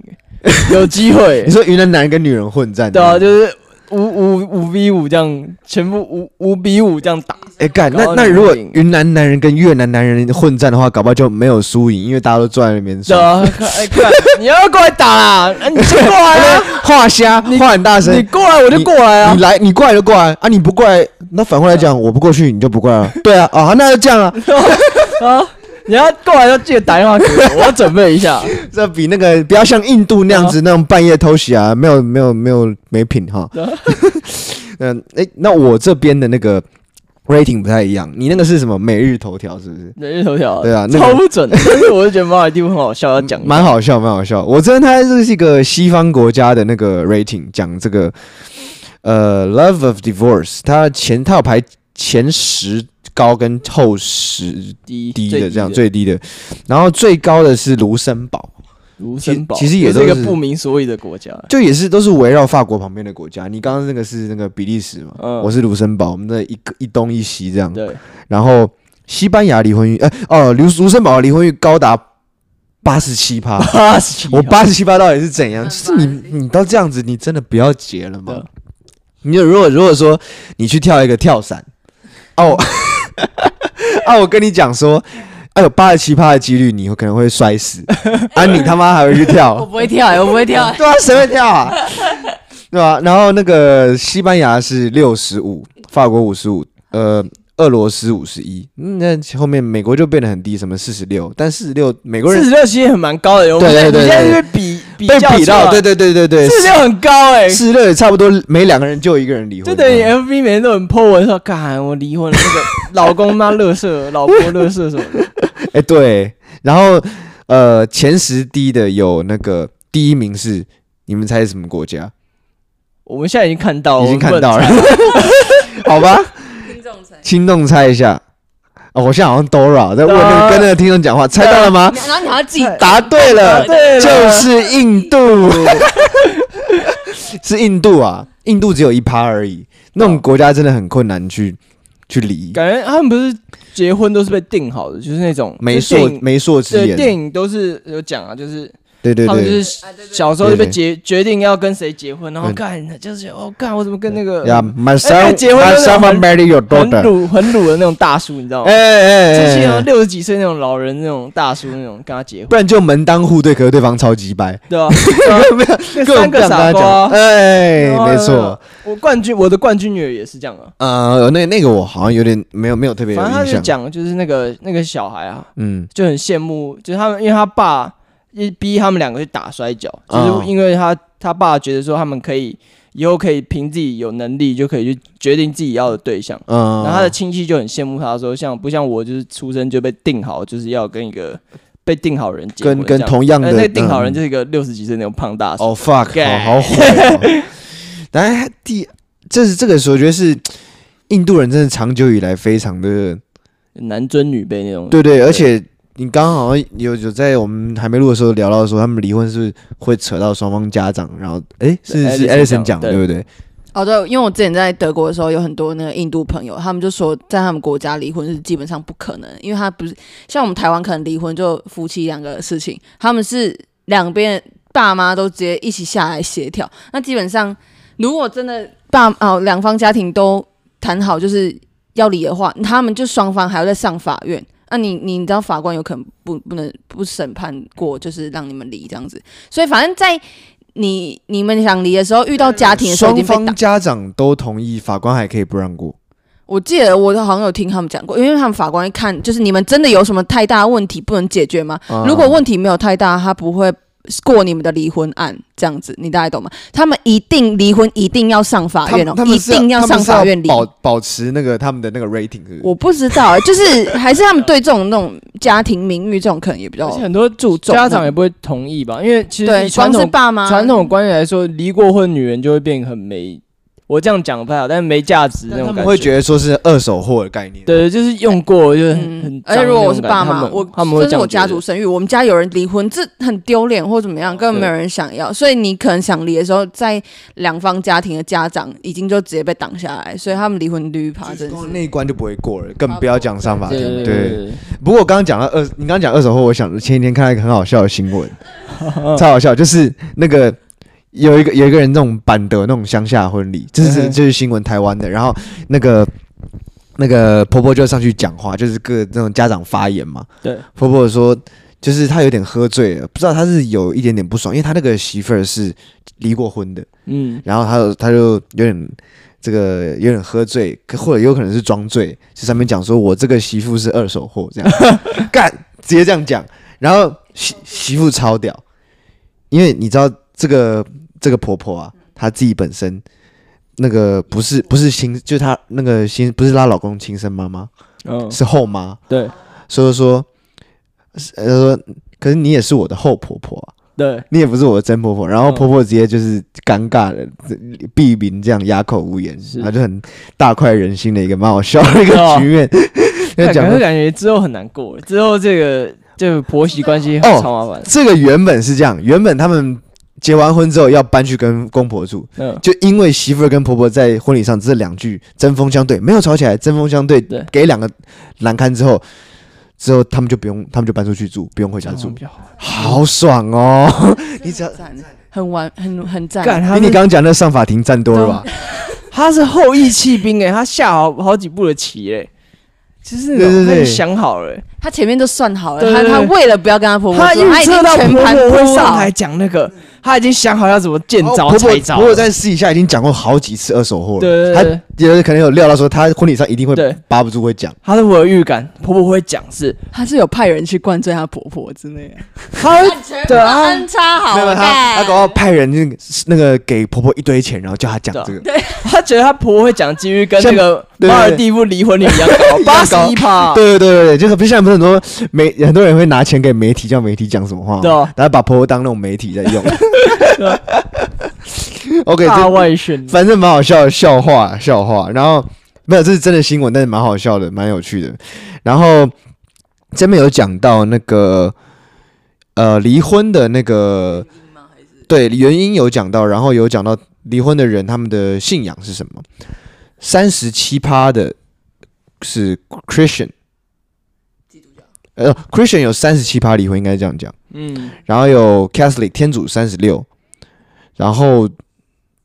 [SPEAKER 3] 有机会
[SPEAKER 1] 你。说云南男人跟女人混战，
[SPEAKER 3] 对啊，就是五五五 v 五这样，全部五五比五这样打。
[SPEAKER 1] 哎干那
[SPEAKER 3] 搞到
[SPEAKER 1] 那
[SPEAKER 3] 女人
[SPEAKER 1] 如果
[SPEAKER 3] 赢
[SPEAKER 1] 云南男人跟越南男人混战的话，搞不好就没有输赢，因为大家都坐在那边
[SPEAKER 3] 对
[SPEAKER 1] 说
[SPEAKER 3] 啊，哎，看你要不要过来打啦，啊，你就过来 啊，
[SPEAKER 1] 话瞎，话很大声
[SPEAKER 3] 你。过来我就过来啊
[SPEAKER 1] 你。来，你过来就过来啊！你不过来，那反过来讲，我不过去，你就不过来了。对啊，啊，那就这样啊。
[SPEAKER 3] 啊，你要过来就记得打电话给我， 我要准备一下。
[SPEAKER 1] 这比那个不要像印度那样子那种半夜偷袭啊，没有没有没有没品哈
[SPEAKER 3] 对。
[SPEAKER 1] 嗯，哎，那我这边的那个 rating 不太一样，你那个是什么？每日头条是不是？
[SPEAKER 3] 每日头条，
[SPEAKER 1] 对啊那个
[SPEAKER 3] 超不准的，但是我就觉得马尔蒂夫很好笑，要讲一下
[SPEAKER 1] 蛮好笑，蛮好笑。我这边它这是一个西方国家的那个 rating，讲这个呃 love of divorce，它前它有排前十高跟后十
[SPEAKER 3] 低
[SPEAKER 1] 低
[SPEAKER 3] 最
[SPEAKER 1] 的这样最低的，然后最高的是卢森堡。
[SPEAKER 3] 卢森堡
[SPEAKER 1] 其实也
[SPEAKER 3] 是一个
[SPEAKER 1] 都是
[SPEAKER 3] 不明所以的国家。
[SPEAKER 1] 就也是都是围绕法国旁边的国家。你刚刚那个是那个比利时嘛，
[SPEAKER 3] 嗯
[SPEAKER 1] 我是卢森堡，我们的一个一东一西这样。
[SPEAKER 3] 对，
[SPEAKER 1] 然后西班牙离婚率，哎、哦，卢卢森堡的离婚率高达八十七趴。
[SPEAKER 3] 八十
[SPEAKER 1] 我八十七趴到底是怎样？就是你
[SPEAKER 2] 87%
[SPEAKER 1] 你到这样子，你真的不要结了吗
[SPEAKER 3] 对？
[SPEAKER 1] 你如果如果说你去跳一个跳伞，哦、 啊，我跟你讲说，哎、有八十七趴的几率你可能会摔死，啊，你他妈还会去跳？
[SPEAKER 3] 哦
[SPEAKER 2] 我不会跳、欸，我不会跳、欸。
[SPEAKER 1] 对啊，谁会跳啊？对吧、然后那个西班牙是六十五，法国五十五，呃，俄罗斯五十一。嗯那后面美国就变得很低，什么四十六，但四十六美国
[SPEAKER 3] 四
[SPEAKER 1] 人
[SPEAKER 3] 十六其实也蛮高的，我们
[SPEAKER 1] 对对对
[SPEAKER 3] 现
[SPEAKER 1] 对
[SPEAKER 3] 在你现在
[SPEAKER 1] 对
[SPEAKER 3] 是比比
[SPEAKER 1] 被
[SPEAKER 3] 较
[SPEAKER 1] 比
[SPEAKER 3] 出
[SPEAKER 1] 到，
[SPEAKER 3] 来
[SPEAKER 1] 对对对对对，
[SPEAKER 3] 四十六很高哎、
[SPEAKER 1] 四十六也差不多，每两个人就有一个人离婚。
[SPEAKER 3] 就等于 FB 每天都很 po 文说，干我离婚了，那个老公妈乐色，老婆乐色什么的，
[SPEAKER 1] 哎、对，然后呃，前十低的有那个第一名是你们猜是什么国家？
[SPEAKER 3] 我们现在已经看到了，
[SPEAKER 1] 已经看到
[SPEAKER 3] 哦我
[SPEAKER 1] 了
[SPEAKER 3] 们不 能，
[SPEAKER 1] 好吧，
[SPEAKER 2] 听众猜，
[SPEAKER 1] 听众猜一下。哦，我现在好像 Dora 在问那个跟那个听众讲话，猜到了吗？
[SPEAKER 2] 然后你还要自己
[SPEAKER 1] 答对了
[SPEAKER 3] 猜，对了
[SPEAKER 1] 就是印度， 是印度啊！印度只有一趴而已，那种国家真的很困难去去理。
[SPEAKER 3] 感觉他们不是结婚都是被定好的，就是那种
[SPEAKER 1] 媒
[SPEAKER 3] 就是
[SPEAKER 1] 妁
[SPEAKER 3] 电影
[SPEAKER 1] 媒妁之
[SPEAKER 3] 对电
[SPEAKER 1] 言，
[SPEAKER 3] 影都是有讲啊，就是
[SPEAKER 1] 对对
[SPEAKER 3] 他们
[SPEAKER 1] 啊
[SPEAKER 3] 就
[SPEAKER 1] 对，
[SPEAKER 3] 是小时候就被决决定要跟谁结婚，然后
[SPEAKER 1] 嗯
[SPEAKER 3] 干就是哦干我怎么跟那个
[SPEAKER 1] 呀，My
[SPEAKER 3] 哎
[SPEAKER 1] son,
[SPEAKER 3] 结婚
[SPEAKER 1] my
[SPEAKER 3] 就是
[SPEAKER 1] son
[SPEAKER 3] 很
[SPEAKER 1] marry your
[SPEAKER 3] 很
[SPEAKER 1] daughter。
[SPEAKER 3] 鲁很鲁的那种大叔，你知道吗
[SPEAKER 1] 哎？哎
[SPEAKER 3] 这
[SPEAKER 1] 哎
[SPEAKER 3] 些
[SPEAKER 1] 哎！
[SPEAKER 3] 六十几岁那种老人那种大叔那种跟他结婚
[SPEAKER 1] 不，然就门当户对，可是对方超级白，
[SPEAKER 3] 对吧？对吧
[SPEAKER 1] 根本不
[SPEAKER 3] 那三个
[SPEAKER 1] 想跟
[SPEAKER 3] 傻
[SPEAKER 1] 他
[SPEAKER 3] 瓜
[SPEAKER 1] 讲。，哎，没错，，
[SPEAKER 3] 我冠军，我的冠军女儿也是这样啊。
[SPEAKER 1] 呃，那那个我好像有点没有没有特别有
[SPEAKER 3] 反正他就
[SPEAKER 1] 印象。
[SPEAKER 3] 讲，就是那个那个小孩啊，
[SPEAKER 1] 嗯，
[SPEAKER 3] 就很羡慕，就是他们，因为他爸一逼他们两个去打摔跤，就
[SPEAKER 1] 哦
[SPEAKER 3] 是因为他他爸觉得说他们可以以后可以凭自己有能力就可以去决定自己要的对象。
[SPEAKER 1] 嗯，
[SPEAKER 3] 然后他的亲戚就很羡慕他说，像不像我就是出生就被定好，就是要跟一个被定好人结婚
[SPEAKER 1] 跟跟
[SPEAKER 3] 这样
[SPEAKER 1] 同样的
[SPEAKER 3] 哎那个定好人
[SPEAKER 1] 嗯
[SPEAKER 3] 就是一个六十几岁那种胖大叔。
[SPEAKER 1] 哦 fuck，
[SPEAKER 3] 干
[SPEAKER 1] 好好毁、哦。 但是第这是这个时候，我觉得是印度人真的长久以来非常的
[SPEAKER 3] 男尊女卑那种。
[SPEAKER 1] 对对，而且你刚刚好像有有在我们还没录的时候聊到说，他们离婚是会扯到双方家长，然后诶，是是
[SPEAKER 3] Alison 讲
[SPEAKER 1] Alison 讲的对
[SPEAKER 3] 对
[SPEAKER 1] 不对？
[SPEAKER 2] 哦，对，因为我之前在德国的时候，有很多那个印度朋友，他们就说，在他们国家离婚是基本上不可能，因为他不是像我们台湾可能离婚就夫妻两个事情，他们是两边爸妈都直接一起下来协调。那基本上，如果真的爸哦两方家庭都谈好就是要离的话，他们就双方还要再上法院。那、你你你知道法官有可能不不能不审判过，就是让你们离这样子。所以反正，在你你们想离的时候，遇到家庭的时候
[SPEAKER 1] 双
[SPEAKER 2] 已经被打
[SPEAKER 1] 方家长都同意，法官还可以不让过。
[SPEAKER 2] 我记得我好像有听他们讲过，因为他们法官一看，就是你们真的有什么太大问题不能解决吗？
[SPEAKER 1] 啊
[SPEAKER 2] 如果问题没有太大，他不会过你们的离婚案这样子，你大概懂吗？他们一定离婚，一定要上法
[SPEAKER 1] 他
[SPEAKER 2] 院
[SPEAKER 1] 们
[SPEAKER 2] 哦
[SPEAKER 1] 他，
[SPEAKER 2] 一
[SPEAKER 1] 们是
[SPEAKER 2] 定
[SPEAKER 1] 他们
[SPEAKER 2] 上
[SPEAKER 1] 是
[SPEAKER 2] 法院离。
[SPEAKER 1] 保保持那个他们的那个 rating 是不是？
[SPEAKER 2] 我不知道、欸，就是还是他们对这种那种家庭名誉这种可能也比较
[SPEAKER 3] 而且很多
[SPEAKER 2] 注重
[SPEAKER 3] 家长也不会同意吧，因为其实
[SPEAKER 2] 对，
[SPEAKER 3] 以传
[SPEAKER 2] 光是
[SPEAKER 3] 统
[SPEAKER 2] 爸妈
[SPEAKER 3] 传统观念来说，离过婚女人就会变很没，我这样讲不太好，但是没价值那
[SPEAKER 1] 他
[SPEAKER 3] 种感
[SPEAKER 1] 们会觉得说是二手货的概念。
[SPEAKER 3] 对，就是用过就是很
[SPEAKER 2] 嗯
[SPEAKER 3] 很，脏
[SPEAKER 2] 而
[SPEAKER 3] 那种感觉。
[SPEAKER 2] 且如果我是爸
[SPEAKER 3] 他
[SPEAKER 2] 妈，
[SPEAKER 3] 们
[SPEAKER 2] 我
[SPEAKER 3] 他们会
[SPEAKER 2] 这
[SPEAKER 3] 这
[SPEAKER 2] 是
[SPEAKER 3] 样
[SPEAKER 2] 我家
[SPEAKER 3] 觉
[SPEAKER 2] 族
[SPEAKER 3] 得哦
[SPEAKER 2] 生育，我们家有人离婚，这很丢脸或怎么样，根本没有人想要。所以你可能想离的时候，在两方家庭的家长已经就直接被挡下来，所以他们离婚 率爬
[SPEAKER 1] 就是
[SPEAKER 2] 真的
[SPEAKER 1] 通
[SPEAKER 2] 是
[SPEAKER 1] 常那一关就不会过了，更不要讲上法
[SPEAKER 3] 对
[SPEAKER 1] 庭。
[SPEAKER 3] 对对
[SPEAKER 1] 对，
[SPEAKER 3] 对，
[SPEAKER 1] 不过我刚刚讲到二，你刚刚讲二手货，我想前几天看到一个很好笑的新闻，超好笑，就是那个有一个有一个人那种板的那种乡下婚礼，这
[SPEAKER 3] 嗯
[SPEAKER 1] 是
[SPEAKER 3] 哼
[SPEAKER 1] 这是新闻台湾的，然后那个。那个婆婆就上去讲话，就是各那种家长发言嘛。
[SPEAKER 3] 对，
[SPEAKER 1] 婆婆说，就是她有点喝醉了，不知道她是有一点点不爽，因为她那个媳妇儿是离过婚的，
[SPEAKER 3] 嗯，
[SPEAKER 1] 然后他有他就有点这个有点喝醉，可或者有可能是装醉，就上面讲说我这个媳妇是二手货这样，干直接这样讲，然后媳媳妇超屌，因为你知道这个这个婆婆啊，她自己本身那个不是不是亲，就她那个亲不是她老公亲生妈妈，
[SPEAKER 3] 嗯，
[SPEAKER 1] 是后妈，
[SPEAKER 3] 对
[SPEAKER 1] 所以说呃说可是你也是我的后婆婆啊、
[SPEAKER 3] 对，
[SPEAKER 1] 你也不是我的真婆婆，然后婆婆直接就是尴尬的避名，这样哑口无言，
[SPEAKER 3] 是
[SPEAKER 1] 然后就很大快人心的一个蛮好笑的一 个局
[SPEAKER 3] 哦
[SPEAKER 1] 面。
[SPEAKER 3] 但
[SPEAKER 1] 讲
[SPEAKER 3] 感
[SPEAKER 1] 的
[SPEAKER 3] 觉感觉之后很难过，之后这个这个婆媳关系
[SPEAKER 1] 哦
[SPEAKER 3] 超麻烦，
[SPEAKER 1] 这个原本是这样，原本他们结完婚之后要搬去跟公婆住，
[SPEAKER 3] 嗯，
[SPEAKER 1] 就因为媳妇儿跟婆婆在婚礼上这两句针锋相对，没有吵起来，针锋相对，
[SPEAKER 3] 对
[SPEAKER 1] 给两个难堪之后，之后他们就不用，他们就搬出去住，不用回
[SPEAKER 3] 这
[SPEAKER 1] 家
[SPEAKER 3] 样好像
[SPEAKER 1] 住，
[SPEAKER 3] 比较好。
[SPEAKER 1] 好爽哦！你只要
[SPEAKER 2] 赞，很完很很
[SPEAKER 3] 干
[SPEAKER 2] 赞。
[SPEAKER 3] 他
[SPEAKER 1] 比你
[SPEAKER 3] 是
[SPEAKER 1] 刚刚讲那上法庭赞多了吧？
[SPEAKER 3] 他是后羿弃兵哎，他下好好几步的棋哎，就是
[SPEAKER 1] 对对
[SPEAKER 3] 那种他
[SPEAKER 1] 对
[SPEAKER 3] 已经想好了欸。
[SPEAKER 2] 他前面都算好了，
[SPEAKER 3] 对
[SPEAKER 2] 他
[SPEAKER 3] 对
[SPEAKER 2] 他
[SPEAKER 3] 对
[SPEAKER 2] 为了不要跟他婆婆
[SPEAKER 3] 他
[SPEAKER 2] 住，他
[SPEAKER 3] 预
[SPEAKER 2] 已经
[SPEAKER 3] 测到
[SPEAKER 2] 全
[SPEAKER 3] 婆
[SPEAKER 2] 盘
[SPEAKER 3] 婆会
[SPEAKER 2] 推
[SPEAKER 3] 上
[SPEAKER 2] 算
[SPEAKER 3] 台。讲那个，他已经想好要怎么见
[SPEAKER 1] 哦
[SPEAKER 3] 招
[SPEAKER 1] 婆
[SPEAKER 3] 拆
[SPEAKER 1] 婆
[SPEAKER 3] 招了。
[SPEAKER 1] 婆婆在私底下已经讲过好几次二手货了，
[SPEAKER 3] 对对对
[SPEAKER 1] 她也可能有料到说她婚礼上一定会
[SPEAKER 3] 对
[SPEAKER 1] 扒不住会讲，
[SPEAKER 3] 他的我有预感，婆婆会讲是，
[SPEAKER 2] 他是有派人去灌醉他婆婆之类的，
[SPEAKER 3] 他会对啊，
[SPEAKER 2] 插好
[SPEAKER 1] 没有她她搞到派人那个那个给婆婆一堆钱，然后叫她讲这个，
[SPEAKER 3] 他觉得他婆婆会讲，几率跟那个
[SPEAKER 1] 像对对对
[SPEAKER 3] 马尔蒂夫离婚率 一样高，八十一趴，
[SPEAKER 1] 对对对对，就是不是现在不是很多媒很多人会拿钱给媒体叫媒体讲什么话吗，
[SPEAKER 3] 对啊
[SPEAKER 1] 然后把婆婆当那种媒体在 用
[SPEAKER 3] 啊
[SPEAKER 1] ，OK，
[SPEAKER 3] 大
[SPEAKER 1] 这
[SPEAKER 3] 外宣。
[SPEAKER 1] 反正蛮好笑的笑话笑话，然后没有这是真的新闻，但是蛮好笑的，蛮有趣的，然后这边有讲到那个呃离婚的那个对原因有讲到，然后有讲到离婚的人他们的信仰是什么？三十七趴的是 Christian，呃，Christian 有三十七趴离婚，应该这样讲。
[SPEAKER 3] 嗯，
[SPEAKER 1] 然后有 Catholic 天主三十六，然后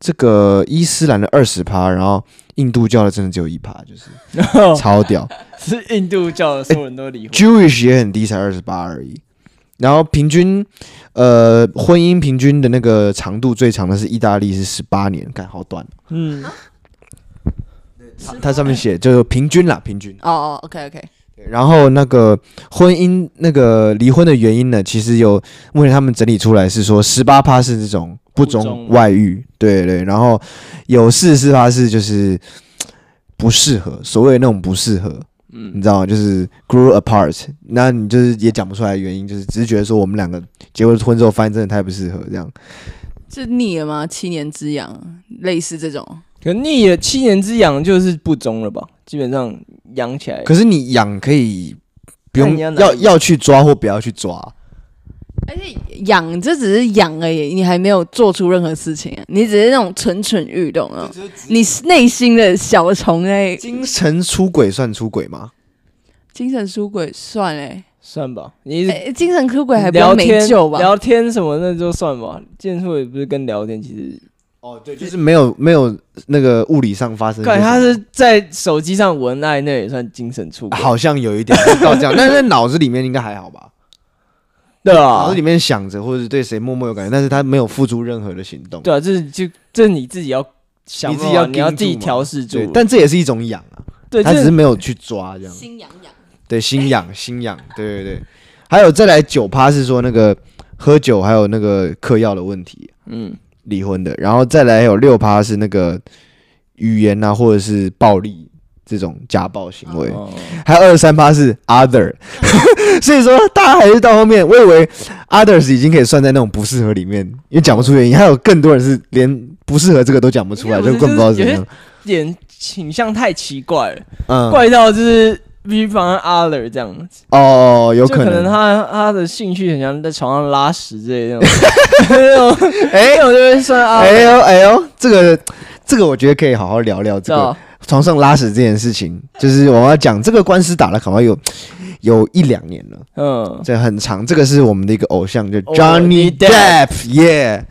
[SPEAKER 1] 这个伊斯兰的二十趴，然后印度教的真的只有一趴，就是
[SPEAKER 3] 哦
[SPEAKER 1] 超屌。
[SPEAKER 3] 是印度教的，所有人都离婚。
[SPEAKER 1] Jewish 也很低，才二十八而已。然后平均，呃，婚姻平均的那个长度最长的是意大利，是十八年，看好短。
[SPEAKER 3] 嗯，
[SPEAKER 1] 它它上面写就是平均啦，平均。
[SPEAKER 2] 哦哦，OK OK，
[SPEAKER 1] 然后那个婚姻那个离婚的原因呢，其实有目前他们整理出来是说，十八趴是这种不
[SPEAKER 3] 不
[SPEAKER 1] 忠
[SPEAKER 3] 忠
[SPEAKER 1] 外遇，对对，然后有四十四趴是就是不适合，所谓那种不适合，你
[SPEAKER 3] 嗯，
[SPEAKER 1] 知道吗？就是 grew apart，那你就是也讲不出来的原因，就是只是觉得说我们两个结过婚之后发现真的太不适合，这样
[SPEAKER 2] 是腻了吗？七年之痒，类似这种，
[SPEAKER 3] 可逆了七年之痒就是不忠了吧？基本上养起来，
[SPEAKER 1] 可是你养可以不
[SPEAKER 3] 看
[SPEAKER 1] 用
[SPEAKER 3] 你要
[SPEAKER 1] 要
[SPEAKER 3] 哪
[SPEAKER 1] 要
[SPEAKER 3] 一
[SPEAKER 1] 去抓或不要去抓，
[SPEAKER 2] 而且痒这只是痒而已，你还没有做出任何事情、啊，你只是那种蠢蠢欲动啊，你内心的小虫哎、
[SPEAKER 1] 精神出轨算出轨吗？
[SPEAKER 2] 精神出轨算哎、
[SPEAKER 3] 算吧，你一直
[SPEAKER 2] 欸精神出轨还不
[SPEAKER 3] 聊
[SPEAKER 2] 要没
[SPEAKER 3] 天
[SPEAKER 2] 救吧？
[SPEAKER 3] 聊天什么那就算吧，见触也不是跟聊天其实
[SPEAKER 1] 哦，对，就是没有没有那个物理上发生些什
[SPEAKER 3] 感
[SPEAKER 1] 么，
[SPEAKER 3] 觉他是在手机上文爱，那也算精神出轨，
[SPEAKER 1] 好像有一点 到这样，但是在脑子里面应该还好吧？
[SPEAKER 3] 对
[SPEAKER 1] 脑
[SPEAKER 3] 啊
[SPEAKER 1] 子里，面想着或者对谁默默有感觉，但是他没有付出任何的行动，
[SPEAKER 3] 对啊，这是就这你自己要想
[SPEAKER 1] 你
[SPEAKER 3] 办
[SPEAKER 1] 自
[SPEAKER 3] 法，
[SPEAKER 1] 己要
[SPEAKER 3] 你要
[SPEAKER 1] 盯
[SPEAKER 3] 自己
[SPEAKER 1] 住嘛
[SPEAKER 3] 调试住
[SPEAKER 1] 对，，但这也是一种痒啊，
[SPEAKER 3] 对，
[SPEAKER 1] 他
[SPEAKER 3] 这
[SPEAKER 1] 只是没有去抓这样，
[SPEAKER 2] 心痒痒，
[SPEAKER 1] 对，心痒心痒，对对对。还有再来九趴是说那个喝酒还有那个嗑药的问题，
[SPEAKER 3] 嗯，
[SPEAKER 1] 离婚的，然后再来有六趴是那个语言啊或者是暴力这种家暴行为，
[SPEAKER 3] 哦
[SPEAKER 1] 还有二十三趴是 other，所以说大家还是到后面，我以为 others 已经可以算在那种不适合里面，因为讲不出原因，还有更多人是连不适合这个都讲不出来，
[SPEAKER 3] 因
[SPEAKER 1] 就
[SPEAKER 3] 为我
[SPEAKER 1] 更不知道
[SPEAKER 3] 就
[SPEAKER 1] 怎么
[SPEAKER 3] 是有些
[SPEAKER 1] 样。
[SPEAKER 3] 点倾向太奇怪了，
[SPEAKER 1] 嗯，
[SPEAKER 3] 怪到就是比方阿 r 这样，
[SPEAKER 1] 哦，有
[SPEAKER 3] 就可能他他的兴趣很像在床上拉屎之类的 那种，
[SPEAKER 1] 哎
[SPEAKER 3] 那种那种就会算阿
[SPEAKER 1] 哎
[SPEAKER 3] r
[SPEAKER 1] 呦哎呦，这个这个我觉得可以好好聊聊
[SPEAKER 3] 知
[SPEAKER 1] 这个
[SPEAKER 3] 道？
[SPEAKER 1] 床上拉屎这件事情，就是我要讲这个官司打了，可能有有一两年了，
[SPEAKER 3] 嗯，
[SPEAKER 1] 这很长，这个是我们的一个偶像，就
[SPEAKER 3] 哦
[SPEAKER 1] Johnny
[SPEAKER 3] Johnny Depp
[SPEAKER 1] Depp，yeah。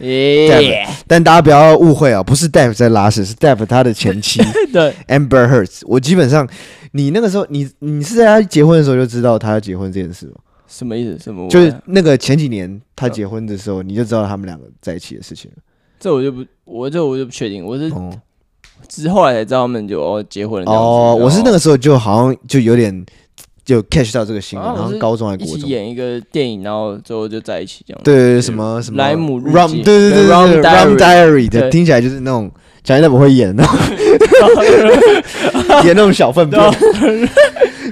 [SPEAKER 3] 耶，
[SPEAKER 1] 但大家不要误会啊，不是 Depp 在拉屎，是 Depp 他的前 妻
[SPEAKER 3] 对，
[SPEAKER 1] Amber Heard。我基本上，你那个时候，你你是在他结婚的时候就知道他要结婚这件事吗？
[SPEAKER 3] 什么意思？什么？
[SPEAKER 1] 就是那个前几年他结婚的时候，你就知道他们两个在一起的事情了。
[SPEAKER 3] 这我就不，我这我就不确定，我是
[SPEAKER 1] 哦
[SPEAKER 3] 之后来才知道他们就哦结婚了这样子。
[SPEAKER 1] 哦，我是那
[SPEAKER 3] 个
[SPEAKER 1] 个时候就好像就有点就 catch 到这个新闻，
[SPEAKER 3] 啊我
[SPEAKER 1] 好像
[SPEAKER 3] 是
[SPEAKER 1] 高中还
[SPEAKER 3] 一
[SPEAKER 1] 是国
[SPEAKER 3] 起
[SPEAKER 1] 中。
[SPEAKER 3] 演一个电影，然后之后就在一起这样。
[SPEAKER 1] 对对对，什么什么
[SPEAKER 3] 莱姆日记
[SPEAKER 1] Rum，对对对对
[SPEAKER 3] Rum
[SPEAKER 1] 对
[SPEAKER 3] Diary
[SPEAKER 1] Diary 的，
[SPEAKER 3] 对
[SPEAKER 1] 听起来就是那种蒋一那不会演的， 演那种小粪便。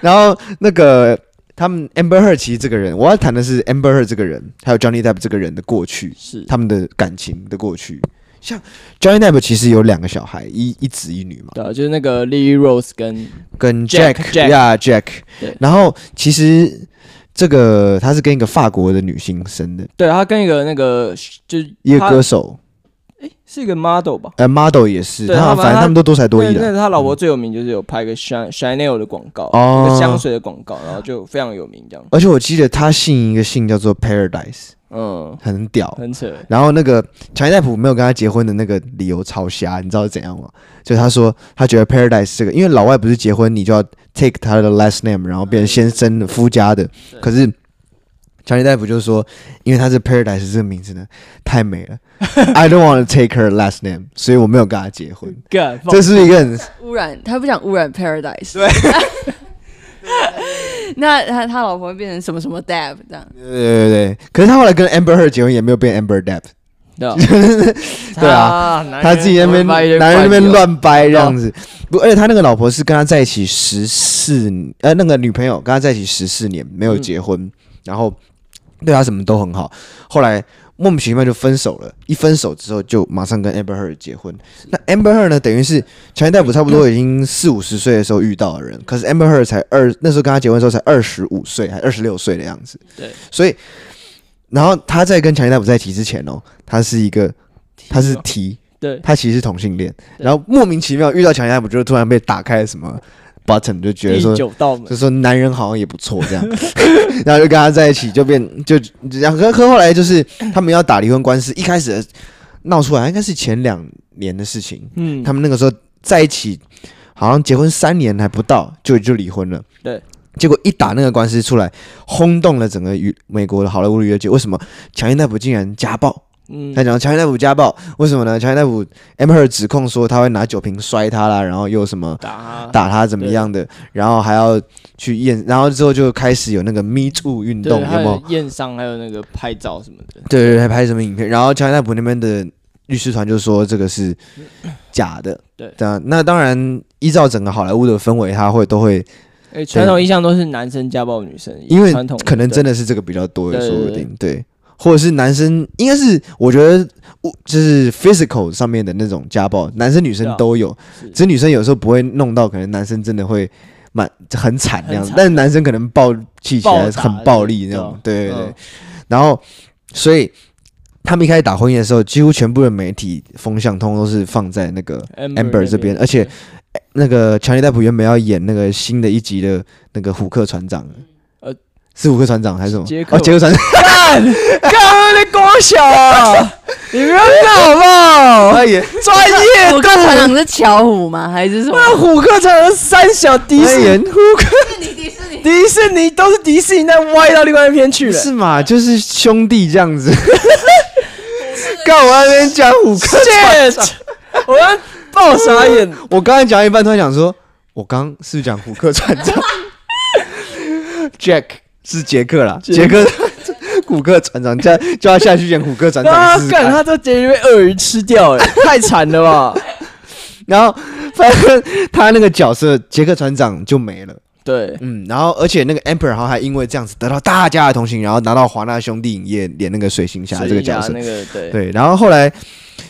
[SPEAKER 1] 然后那个他们 Amber Heard 其实这个人，我要谈的是 Amber Heard 这个人，还有 Johnny Depp 这个人的过去，
[SPEAKER 3] 是
[SPEAKER 1] 他们的感情的过去。像 Johnny Depp 其实有两个小孩，一一子一女嘛，
[SPEAKER 3] 对啊，就是那个 Lily Rose 跟
[SPEAKER 1] 跟
[SPEAKER 3] Jack- Jack
[SPEAKER 1] 呀 Jack
[SPEAKER 3] 对。
[SPEAKER 1] 然后其实这个他是跟一个法国的女星生的，
[SPEAKER 3] 对他跟一个那个就是
[SPEAKER 1] 一个
[SPEAKER 3] 他
[SPEAKER 1] 歌手。
[SPEAKER 3] 是一个 model 吧。
[SPEAKER 1] 呃，model 也是，
[SPEAKER 3] 对
[SPEAKER 1] 他好像
[SPEAKER 3] 他
[SPEAKER 1] 反正
[SPEAKER 3] 他
[SPEAKER 1] 他们都多才多艺
[SPEAKER 3] 那
[SPEAKER 1] 的。
[SPEAKER 3] 那他老婆最有名就是有拍个 Chan- Chanel 的广告，
[SPEAKER 1] 哦
[SPEAKER 3] 一个香水的广告，然后就非常有名这样。
[SPEAKER 1] 而且我记得他姓一个姓叫做 Paradise，
[SPEAKER 3] 嗯，
[SPEAKER 1] 很屌。
[SPEAKER 3] 很扯。
[SPEAKER 1] 然后那个强尼戴普没有跟他结婚的那个理由超瞎，你知道是怎样吗？就他说他觉得 Paradise 这个，因为老外不是结婚你就要 take 他的 last name，然后变成先生的夫家的，可是。强尼戴普就说，因为他是 Paradise 这个名字呢，太美了，I don't want to take her last name，所以我没有跟他结 婚。
[SPEAKER 3] 干，
[SPEAKER 1] 这是不是一个很
[SPEAKER 2] 污染，他不想污染 Paradise。对。 那他他老婆会变成什么什么 Dab 这样？
[SPEAKER 1] 对对对对，可是他后来跟 Amber Heard 结婚也没有变 Amber Depp，
[SPEAKER 3] 对啊
[SPEAKER 1] 对啊，他自己在那边男人那边，乱掰这样子，不，而且他那个老婆是跟他在一起十四，呃，那个女朋友跟他在一起十四年没有结婚，然后对他什么都很好，后来莫名其妙就分手了，一分手之后就马上跟 Amber Heard 结婚。那 Amber Heard 呢，等于是乔恩戴普差不多已经四五十岁的时候遇到的人，可是 Amber Heard 才二，那时候跟他结婚的时候才二十五岁，还二十六岁的样子，
[SPEAKER 3] 对，
[SPEAKER 1] 所以。然后他在跟乔恩戴普在一起之前哦，他是一个他是 T，
[SPEAKER 3] 哦对
[SPEAKER 1] 他其实是同性恋，
[SPEAKER 3] 对
[SPEAKER 1] 然后莫名其妙遇到强尼戴普，就突然被打开什 么 button，就觉得
[SPEAKER 3] 第
[SPEAKER 1] 说，
[SPEAKER 3] 九道门
[SPEAKER 1] 就说男人好像也不错 这样， 然后就跟他在一起，就变就然后可可后来就是他们要打离婚官司，一开始闹出来应该是前两年的事情，
[SPEAKER 3] 嗯，
[SPEAKER 1] 他们那个时候在一起，好像结婚三年还不到就就离婚了。
[SPEAKER 3] 对。
[SPEAKER 1] 结果一打那个官司出来，轰动了整个娱美国的好莱坞娱乐界。为什么强尼戴普竟然家暴？
[SPEAKER 3] 嗯
[SPEAKER 1] 他讲强尼戴普家暴，为什么呢？强尼戴普 Amber 指控说他会拿酒瓶摔他啦，然后又什么
[SPEAKER 3] 打
[SPEAKER 1] 打他怎么样的，然后还要去验，然后之后就开始有那个 Me Too 运动，
[SPEAKER 3] 对，
[SPEAKER 1] 有
[SPEAKER 3] 还
[SPEAKER 1] 没有
[SPEAKER 3] 有？验伤，还有那个拍照什么的，
[SPEAKER 1] 对对，还拍什么影片？然后强尼戴普那边的律师团就说这个是假的。
[SPEAKER 3] 嗯对
[SPEAKER 1] 那那当然，依照整个好莱坞的氛围，他会都会，
[SPEAKER 3] 哎、传统印象都是男生家暴女生，
[SPEAKER 1] 因为
[SPEAKER 3] 传统
[SPEAKER 1] 可能真
[SPEAKER 3] 的
[SPEAKER 1] 的是这个比较多，
[SPEAKER 3] 对对
[SPEAKER 1] 说不
[SPEAKER 3] 对
[SPEAKER 1] 定对，或者是男生，应该是我觉得我就是 physical 上面的那种家暴，男生女
[SPEAKER 3] 对
[SPEAKER 1] 生
[SPEAKER 3] 啊
[SPEAKER 1] 都有，
[SPEAKER 3] 是
[SPEAKER 1] 只是女生有时候不会弄到，可能男生真的会。蛮很惨那样子，
[SPEAKER 3] 很惨
[SPEAKER 1] 但是男生可能暴气起来
[SPEAKER 3] 暴打
[SPEAKER 1] 很暴力那
[SPEAKER 3] 对
[SPEAKER 1] 种
[SPEAKER 3] 啊，
[SPEAKER 1] 对对对。
[SPEAKER 3] 嗯
[SPEAKER 1] 然后，所以他们一开始打婚宴的时候，几乎全部的媒体风向通通都是放在那个 Amber
[SPEAKER 3] 那
[SPEAKER 1] 这边而且
[SPEAKER 3] 对
[SPEAKER 1] 那个强尼戴普原本要演那个新的一集的那个虎克船长，
[SPEAKER 3] 呃
[SPEAKER 1] 是虎克船长还是什么？
[SPEAKER 3] 杰克
[SPEAKER 1] 哦，杰克船 长，
[SPEAKER 3] 干哎你光小啊！你不要干好不好？
[SPEAKER 1] 他 演
[SPEAKER 2] 哎
[SPEAKER 3] 专业
[SPEAKER 2] 虎克船
[SPEAKER 3] 度，
[SPEAKER 2] 长是巧虎吗？还是什么？
[SPEAKER 3] 那虎克才能三小迪
[SPEAKER 1] 他
[SPEAKER 3] 士
[SPEAKER 1] 演
[SPEAKER 3] 尼，
[SPEAKER 1] 虎克
[SPEAKER 2] 是你迪士尼。
[SPEAKER 3] 迪士尼都是迪士尼，但歪到另外一边去了。
[SPEAKER 1] 是嘛？就是兄弟这样子。 刚我在那边讲虎克，
[SPEAKER 3] shit，我刚爆 傻眼。
[SPEAKER 1] 我刚才讲一半，突然想说，我刚是不是讲虎克船长 ？Jack 是杰克啦，杰
[SPEAKER 3] 杰
[SPEAKER 1] 克。 虎克船长叫叫他下去演虎克船
[SPEAKER 3] 啊
[SPEAKER 1] 长试！试看
[SPEAKER 3] 干，他在结局被鳄鱼吃掉， 哎，太惨了吧？
[SPEAKER 1] 然后反正他那个角色杰克船长就没了。
[SPEAKER 3] 对，
[SPEAKER 1] 嗯，然后而且那个 Emperor 然后还因为这样子得到大家的同情，然后拿到华纳兄弟影业演那个水行侠这个角色。
[SPEAKER 3] 所以啊那个对，
[SPEAKER 1] 对，然后后来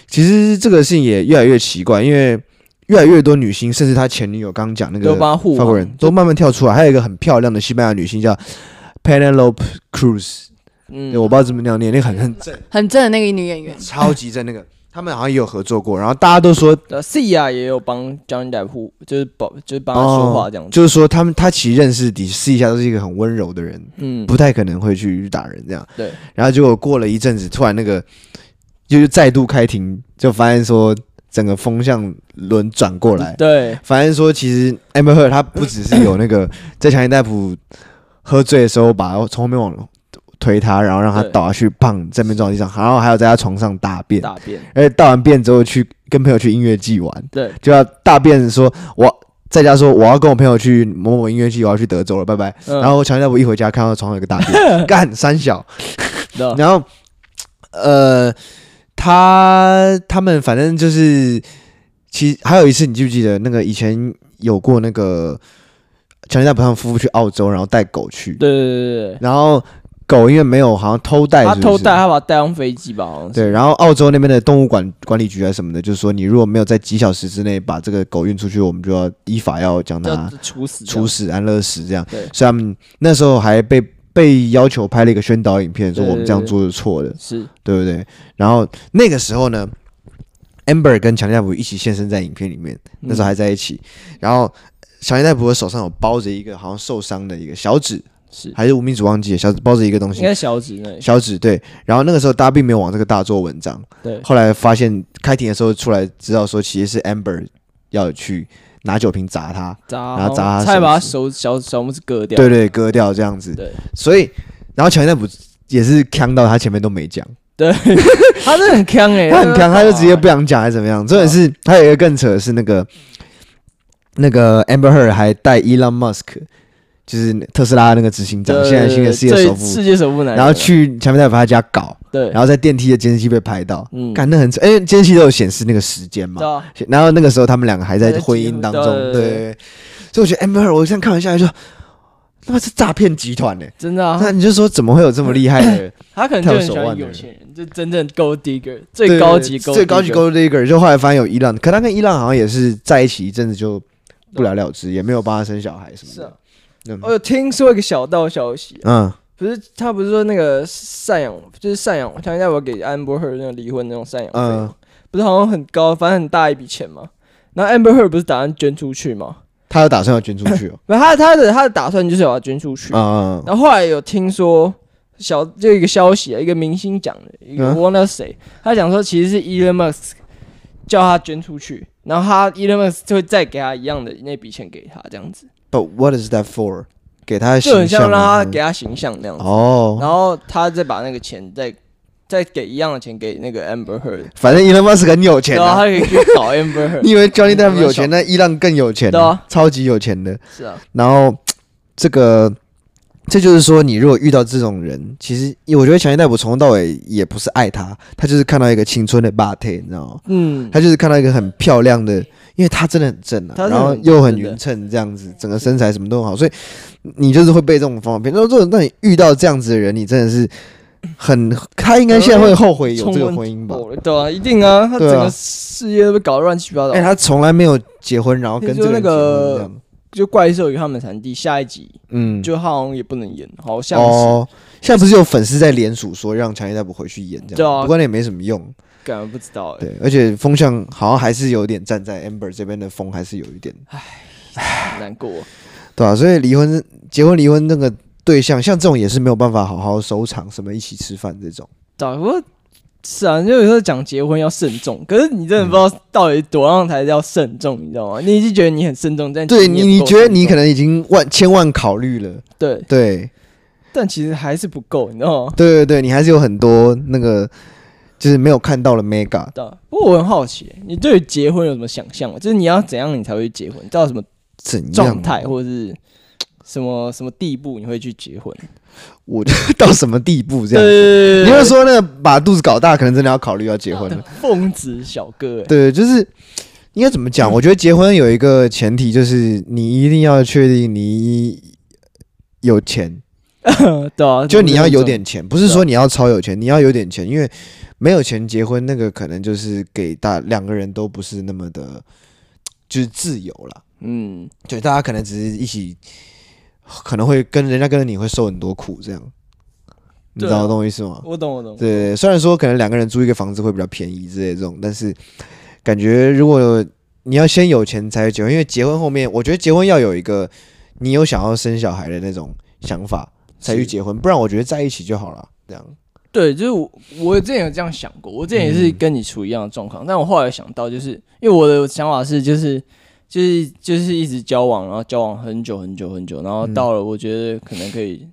[SPEAKER 1] 其实这个事情也越来越奇怪，因为越来越多女星，甚至他前女友刚刚讲那个
[SPEAKER 3] 都帮他护
[SPEAKER 1] 法国
[SPEAKER 3] 航
[SPEAKER 1] 人都慢慢跳出来，还有一个很漂亮的西班牙女星叫 Penelope Cruz，、
[SPEAKER 3] 嗯
[SPEAKER 1] 对我不知道怎么那样念，那个很很正，
[SPEAKER 2] 很正的那个女演员，
[SPEAKER 1] 超级正那 个。他们好像也有合作过，然后大家都说
[SPEAKER 3] 呃，Cia 也有帮 Johnny Depp 护，就是保，就是帮他说话这样子。
[SPEAKER 1] 哦就是说他们他其实认识底私底下都是一个很温柔的人，
[SPEAKER 3] 嗯，
[SPEAKER 1] 不太可能会去打人这样。
[SPEAKER 3] 对，
[SPEAKER 1] 然后结果过了一阵子，突然那个就是再度开庭，就发现说整个风向轮转过来，
[SPEAKER 3] 对，
[SPEAKER 1] 发现说其实 Amber Heard 他不只是有那个 在强尼戴普喝醉的时候把他从后面往推他，然后让他
[SPEAKER 3] 对
[SPEAKER 1] 倒下去，砰，正面撞地上，然后还有在他床上大便，
[SPEAKER 3] 大便，
[SPEAKER 1] 而且大完便之后去跟朋友去音乐季玩，
[SPEAKER 3] 对，
[SPEAKER 1] 就要大便说我。在家说我要跟我朋友去某某音乐季，我要去德州了，拜拜。
[SPEAKER 3] 嗯
[SPEAKER 1] 然后强尼戴普一回家看到床上有个大便，干三小，
[SPEAKER 3] 对
[SPEAKER 1] 然后，呃，他他们反正就是，其实还有一次，你记不记得那个以前有过那个强尼戴普他们夫妇去澳洲，然后带狗去，
[SPEAKER 3] 对对对对，
[SPEAKER 1] 然后狗因为没有好像偷带
[SPEAKER 3] 他
[SPEAKER 1] 是不
[SPEAKER 3] 偷
[SPEAKER 1] 是
[SPEAKER 3] 带，他把他带上飞机吧，好像是。
[SPEAKER 1] 对，然后澳洲那边的动物管管理局啊什么的，就是说你如果没有在几小时之内把这个狗运出去，我们就要依法要将
[SPEAKER 3] 要
[SPEAKER 1] 它
[SPEAKER 3] 处死这样，
[SPEAKER 1] 处死、安乐死这样。
[SPEAKER 3] 对
[SPEAKER 1] 所以他们那时候还被被要求拍了一个宣导影片，说
[SPEAKER 3] 对
[SPEAKER 1] 我们这样
[SPEAKER 3] 对对
[SPEAKER 1] 做是错的。
[SPEAKER 3] 是
[SPEAKER 1] 对不对？然后那个时候呢，Amber 跟强尼戴普一起现身在影片里面，
[SPEAKER 3] 嗯
[SPEAKER 1] 那时候还在一起。然后强尼戴普的手上有包着一个好像受伤的一个小指，
[SPEAKER 3] 是，
[SPEAKER 1] 还是无名指忘记了，小指包着一个东
[SPEAKER 3] 应
[SPEAKER 1] 西，
[SPEAKER 3] 该小指那里，
[SPEAKER 1] 小指对。然后那个时候大家并没有往这个大做文章，
[SPEAKER 3] 对
[SPEAKER 1] 后来发现开庭的时候出来知道说，其实是 Amber 要去拿酒瓶砸他，
[SPEAKER 3] 砸，
[SPEAKER 1] 然后砸他
[SPEAKER 3] 差点把他
[SPEAKER 1] 手
[SPEAKER 3] 手小小拇指割掉，
[SPEAKER 1] 对对，割掉这样子。
[SPEAKER 3] 对
[SPEAKER 1] 所以，然后强尼戴普也是呛到他前面都没讲。
[SPEAKER 3] 对，他真的很强哎，
[SPEAKER 1] 他很强，他就直接不
[SPEAKER 3] 要，
[SPEAKER 1] 想讲还是怎么样？重点
[SPEAKER 3] 嗯
[SPEAKER 1] 是还有一个更扯的是那个那个 Amber Heard 还带 Elon Musk，就是特斯拉那个执行长，
[SPEAKER 3] 对
[SPEAKER 1] 现在新的世界首
[SPEAKER 3] 对
[SPEAKER 1] 富
[SPEAKER 3] 世，界首富男，啊
[SPEAKER 1] 然后，去前面戴夫他家搞，
[SPEAKER 3] 对，
[SPEAKER 1] 然后在电梯的监视器被拍到，
[SPEAKER 3] 嗯
[SPEAKER 1] 干那很扯，因为监视器都有显示那个时间嘛
[SPEAKER 3] 对。啊
[SPEAKER 1] 然后那个时候他们两个还在
[SPEAKER 3] 还在
[SPEAKER 1] 婚
[SPEAKER 3] 结
[SPEAKER 1] 姻
[SPEAKER 3] 婚
[SPEAKER 1] 当中，
[SPEAKER 3] 对对
[SPEAKER 1] 对。所以我觉得 Amber Heard，我这样看完下来就，他妈是诈骗集团呢。
[SPEAKER 3] 真的啊，
[SPEAKER 1] 那你就说怎么会有这么厉害的人？
[SPEAKER 3] 他可能就很喜
[SPEAKER 1] 跳手腕
[SPEAKER 3] 欢
[SPEAKER 1] 的人
[SPEAKER 3] 有钱人，就真正 gold digger 最高级 gold
[SPEAKER 1] 最高级
[SPEAKER 3] digger
[SPEAKER 1] Gold Digger，就后来发现有伊朗，可他跟伊朗好像也是在一起一阵子就不了了之，也没有帮他生小孩什么
[SPEAKER 3] 是
[SPEAKER 1] 的
[SPEAKER 3] 啊。
[SPEAKER 1] 嗯
[SPEAKER 3] 我有听说一个小道消息，
[SPEAKER 1] 嗯，
[SPEAKER 3] 不是啊他不是说那个赡养，就是赡养，强要我给安博赫那种离婚那种赡养费，
[SPEAKER 1] 嗯
[SPEAKER 3] 不是好像很高，反正很大一笔钱嘛。然后 Amber Heard 不是打算捐出去吗？
[SPEAKER 1] 他有打算要捐出 去哦。
[SPEAKER 3] 不，他他的他的打算就是要把它捐出去。
[SPEAKER 1] 嗯嗯
[SPEAKER 3] 然后后来有听说小就有一个消息啊，一个明星讲的，一个
[SPEAKER 1] 嗯
[SPEAKER 3] 忘了谁，他讲说其实是 Elon Musk 叫他捐出去，然后他 Elon Musk 就会再给他一样的那笔钱给他，这样子
[SPEAKER 1] ，But what is that for？给他的
[SPEAKER 3] 就
[SPEAKER 1] 形
[SPEAKER 3] 很
[SPEAKER 1] 象啊
[SPEAKER 3] 像让
[SPEAKER 1] 吗嗯
[SPEAKER 3] 他给他形象那样子。
[SPEAKER 1] 哦，
[SPEAKER 3] 然后他再把那个钱再再给一样的钱给那个 Amber Heard，
[SPEAKER 1] 反正 Elon Musk 很有钱
[SPEAKER 3] 对啊，
[SPEAKER 1] 啊
[SPEAKER 3] 他。可以去搞 Amber Heard，
[SPEAKER 1] 你以为 Johnny Depp 有
[SPEAKER 3] 小
[SPEAKER 1] 钱，那伊朗更有钱，
[SPEAKER 3] 对啊，
[SPEAKER 1] 超级有钱的。
[SPEAKER 3] 是啊，
[SPEAKER 1] 然后这个，这就是说，你如果遇到这种人，其实我觉得强尼戴普从头到尾也不是爱他，他就是看到一个青春的 b a t 你知道吗？
[SPEAKER 3] 嗯，
[SPEAKER 1] 他就是看到一个很漂亮的，因为他真的很正啊，
[SPEAKER 3] 他真的
[SPEAKER 1] 然后
[SPEAKER 3] 很
[SPEAKER 1] 又很
[SPEAKER 3] 正
[SPEAKER 1] 匀称，这样子，整个身材什么都很好，所以你就是会被这种方法骗。那这种，那你遇到这样子的人，你真的是很，他应该现在会后悔有这个婚姻吧？
[SPEAKER 3] 冲昏头了对啊，一定啊，他整个事业都被搞得乱七八糟。
[SPEAKER 1] 哎、他从来没有结婚，然后跟这个人结婚这样，
[SPEAKER 3] 就怪兽与他们产地下一集，
[SPEAKER 1] 嗯，
[SPEAKER 3] 就他好像也不能演，好像是
[SPEAKER 1] 哦，现在不是有粉丝在联署说让强尼戴普回去演这样，
[SPEAKER 3] 对啊
[SPEAKER 1] 不过那也没什么用，
[SPEAKER 3] 感觉不知道哎，
[SPEAKER 1] 对，而且风向好像还是有点站在 Amber 这边的风，还是有一点，
[SPEAKER 3] 很难过。
[SPEAKER 1] 对啊，所以离婚、结婚、离婚那个对象，像这种也是没有办法好好收场，什么一起吃饭这种，
[SPEAKER 3] 对，不过是啊，就有时候讲结婚要慎重，可是你真的不知道到底多样才叫慎重，你知道吗？你已经觉得你很慎重，但
[SPEAKER 1] 对你，
[SPEAKER 3] 你也
[SPEAKER 1] 你
[SPEAKER 3] 不够
[SPEAKER 1] 觉得你
[SPEAKER 3] 慎重
[SPEAKER 1] 可能已经万千万考虑了，
[SPEAKER 3] 对，
[SPEAKER 1] 对，
[SPEAKER 3] 但其实还是不够，你知道吗？
[SPEAKER 1] 对对对，你还是有很多那个就是没有看到的 mega，
[SPEAKER 3] 对啊，不过我很好奇，你对于结婚有什么想象吗？就是你要怎样你才会结婚？到什么
[SPEAKER 1] 怎样
[SPEAKER 3] 状？态或者是什么什么地步你会去结婚？
[SPEAKER 1] 我到什么地步这样？
[SPEAKER 3] 对
[SPEAKER 1] 你要说那个把肚子搞大，可能真的要考虑要结婚了。
[SPEAKER 3] 疯子小哥、欸，
[SPEAKER 1] 对，就是应该怎么讲？我觉得结婚有一个前提，就是你一定要确定你有钱，
[SPEAKER 3] 对啊，
[SPEAKER 1] 就你要有
[SPEAKER 3] 这啊
[SPEAKER 1] 点钱，不是说你要超有钱，你要有点钱，因为没有钱结婚，那个可能就是给大两个人都不是那么的，就是自由啦。
[SPEAKER 3] 么重要，嗯，
[SPEAKER 1] 对，大家可能只是一起，可能会跟人家跟着你会受很多苦，这样，你知
[SPEAKER 3] 对啊
[SPEAKER 1] 道我懂我意思吗？
[SPEAKER 3] 我懂我懂，
[SPEAKER 1] 对，虽然说可能两个人租一个房子会比较便宜之类的这种，但是感觉如果你要先有钱才会结婚，因为结婚后面，我觉得结婚要有一个你有想要生小孩的那种想法才去
[SPEAKER 3] 是
[SPEAKER 1] 结婚，不然我觉得在一起就好了。这样，
[SPEAKER 3] 对，就是我我之前有这样想过，我之前也
[SPEAKER 1] 嗯
[SPEAKER 3] 是跟你处一样的状况，但我后来想到，就是因为我的想法是，就是就是就是一直交往，然后交往很久很久很久，然后
[SPEAKER 1] 嗯
[SPEAKER 3] 到了我觉得可能可以，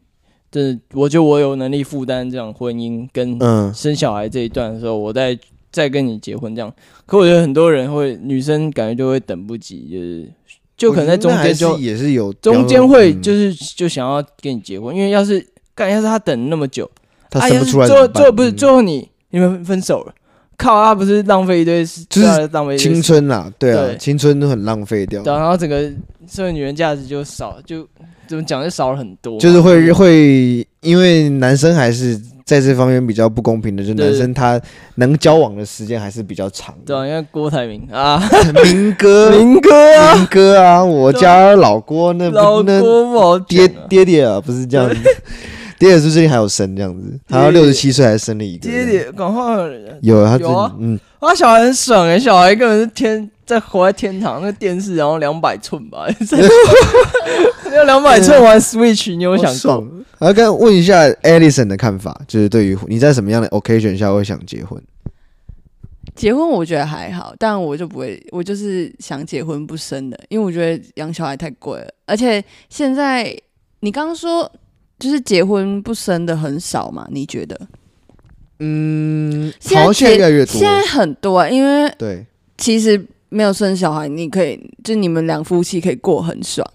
[SPEAKER 3] 真的，我觉得我有能力负担这样婚姻跟
[SPEAKER 1] 嗯，
[SPEAKER 3] 生小孩这一段的时候，我再再跟你结婚这样。可我觉得很多人会，女生感觉就会等不及，就是就可能在中间
[SPEAKER 1] 我觉得那还
[SPEAKER 3] 就是
[SPEAKER 1] 也是嗯有
[SPEAKER 3] 中间会就是是就想要跟你结婚，因为要是干要是他等那么久，
[SPEAKER 1] 他
[SPEAKER 3] 哎
[SPEAKER 1] 生
[SPEAKER 3] 呀
[SPEAKER 1] 不出来怎
[SPEAKER 3] 最
[SPEAKER 1] 么
[SPEAKER 3] 后
[SPEAKER 1] 办，
[SPEAKER 3] 最后不是
[SPEAKER 1] 嗯
[SPEAKER 3] 最后你你们分手了，靠，他不是浪费一堆时，
[SPEAKER 1] 就是
[SPEAKER 3] 对啊浪费一堆
[SPEAKER 1] 青
[SPEAKER 3] 时
[SPEAKER 1] 春啦，对啊，
[SPEAKER 3] 对
[SPEAKER 1] 青春都很浪费掉
[SPEAKER 3] 对，啊，然后整个社会女人价值就少，就怎么讲就少了很多嘛，啊
[SPEAKER 1] 就是会会，因为男生还是在这方面比较不公平的，就是
[SPEAKER 3] 对
[SPEAKER 1] 男生他能交往的时间还是比较长的。
[SPEAKER 3] 对啊，因为郭台 铭啊，
[SPEAKER 1] 明哥，
[SPEAKER 3] 明哥啊，
[SPEAKER 1] 明哥啊，我家老郭那
[SPEAKER 3] 老
[SPEAKER 1] 不那
[SPEAKER 3] 郭不好
[SPEAKER 1] 爹
[SPEAKER 3] 讲啊
[SPEAKER 1] 爹爹啊，不是这样子， 爹爹是最近还有生这样子，他六十七岁还生了一个，
[SPEAKER 3] 爹爹，赶快
[SPEAKER 1] 有他最
[SPEAKER 3] 有啊
[SPEAKER 1] 近嗯，
[SPEAKER 3] 啊，小孩很爽哎、小孩根本是天在活在天堂，那个电视然后两百寸 吧，要两百寸玩 Switch，你有想
[SPEAKER 1] 好
[SPEAKER 3] 过？
[SPEAKER 1] 爽。然后跟问一下 Alison 的看法，就是对于你在什么样的 occasion 下会想结婚？
[SPEAKER 2] 结婚我觉得还好，但我就不会，我就是想结婚不生的，因为我觉得养小孩太贵了，而且现在你刚刚说就是结婚不生的很少嘛？你觉得？
[SPEAKER 1] 嗯，
[SPEAKER 2] 现
[SPEAKER 1] 好
[SPEAKER 2] 在
[SPEAKER 1] 像现在
[SPEAKER 2] 结
[SPEAKER 1] 越来越多
[SPEAKER 2] 现，在很多、啊，因为
[SPEAKER 1] 对，
[SPEAKER 2] 其实没有生小孩，你可以就你们两夫妻可以过很爽。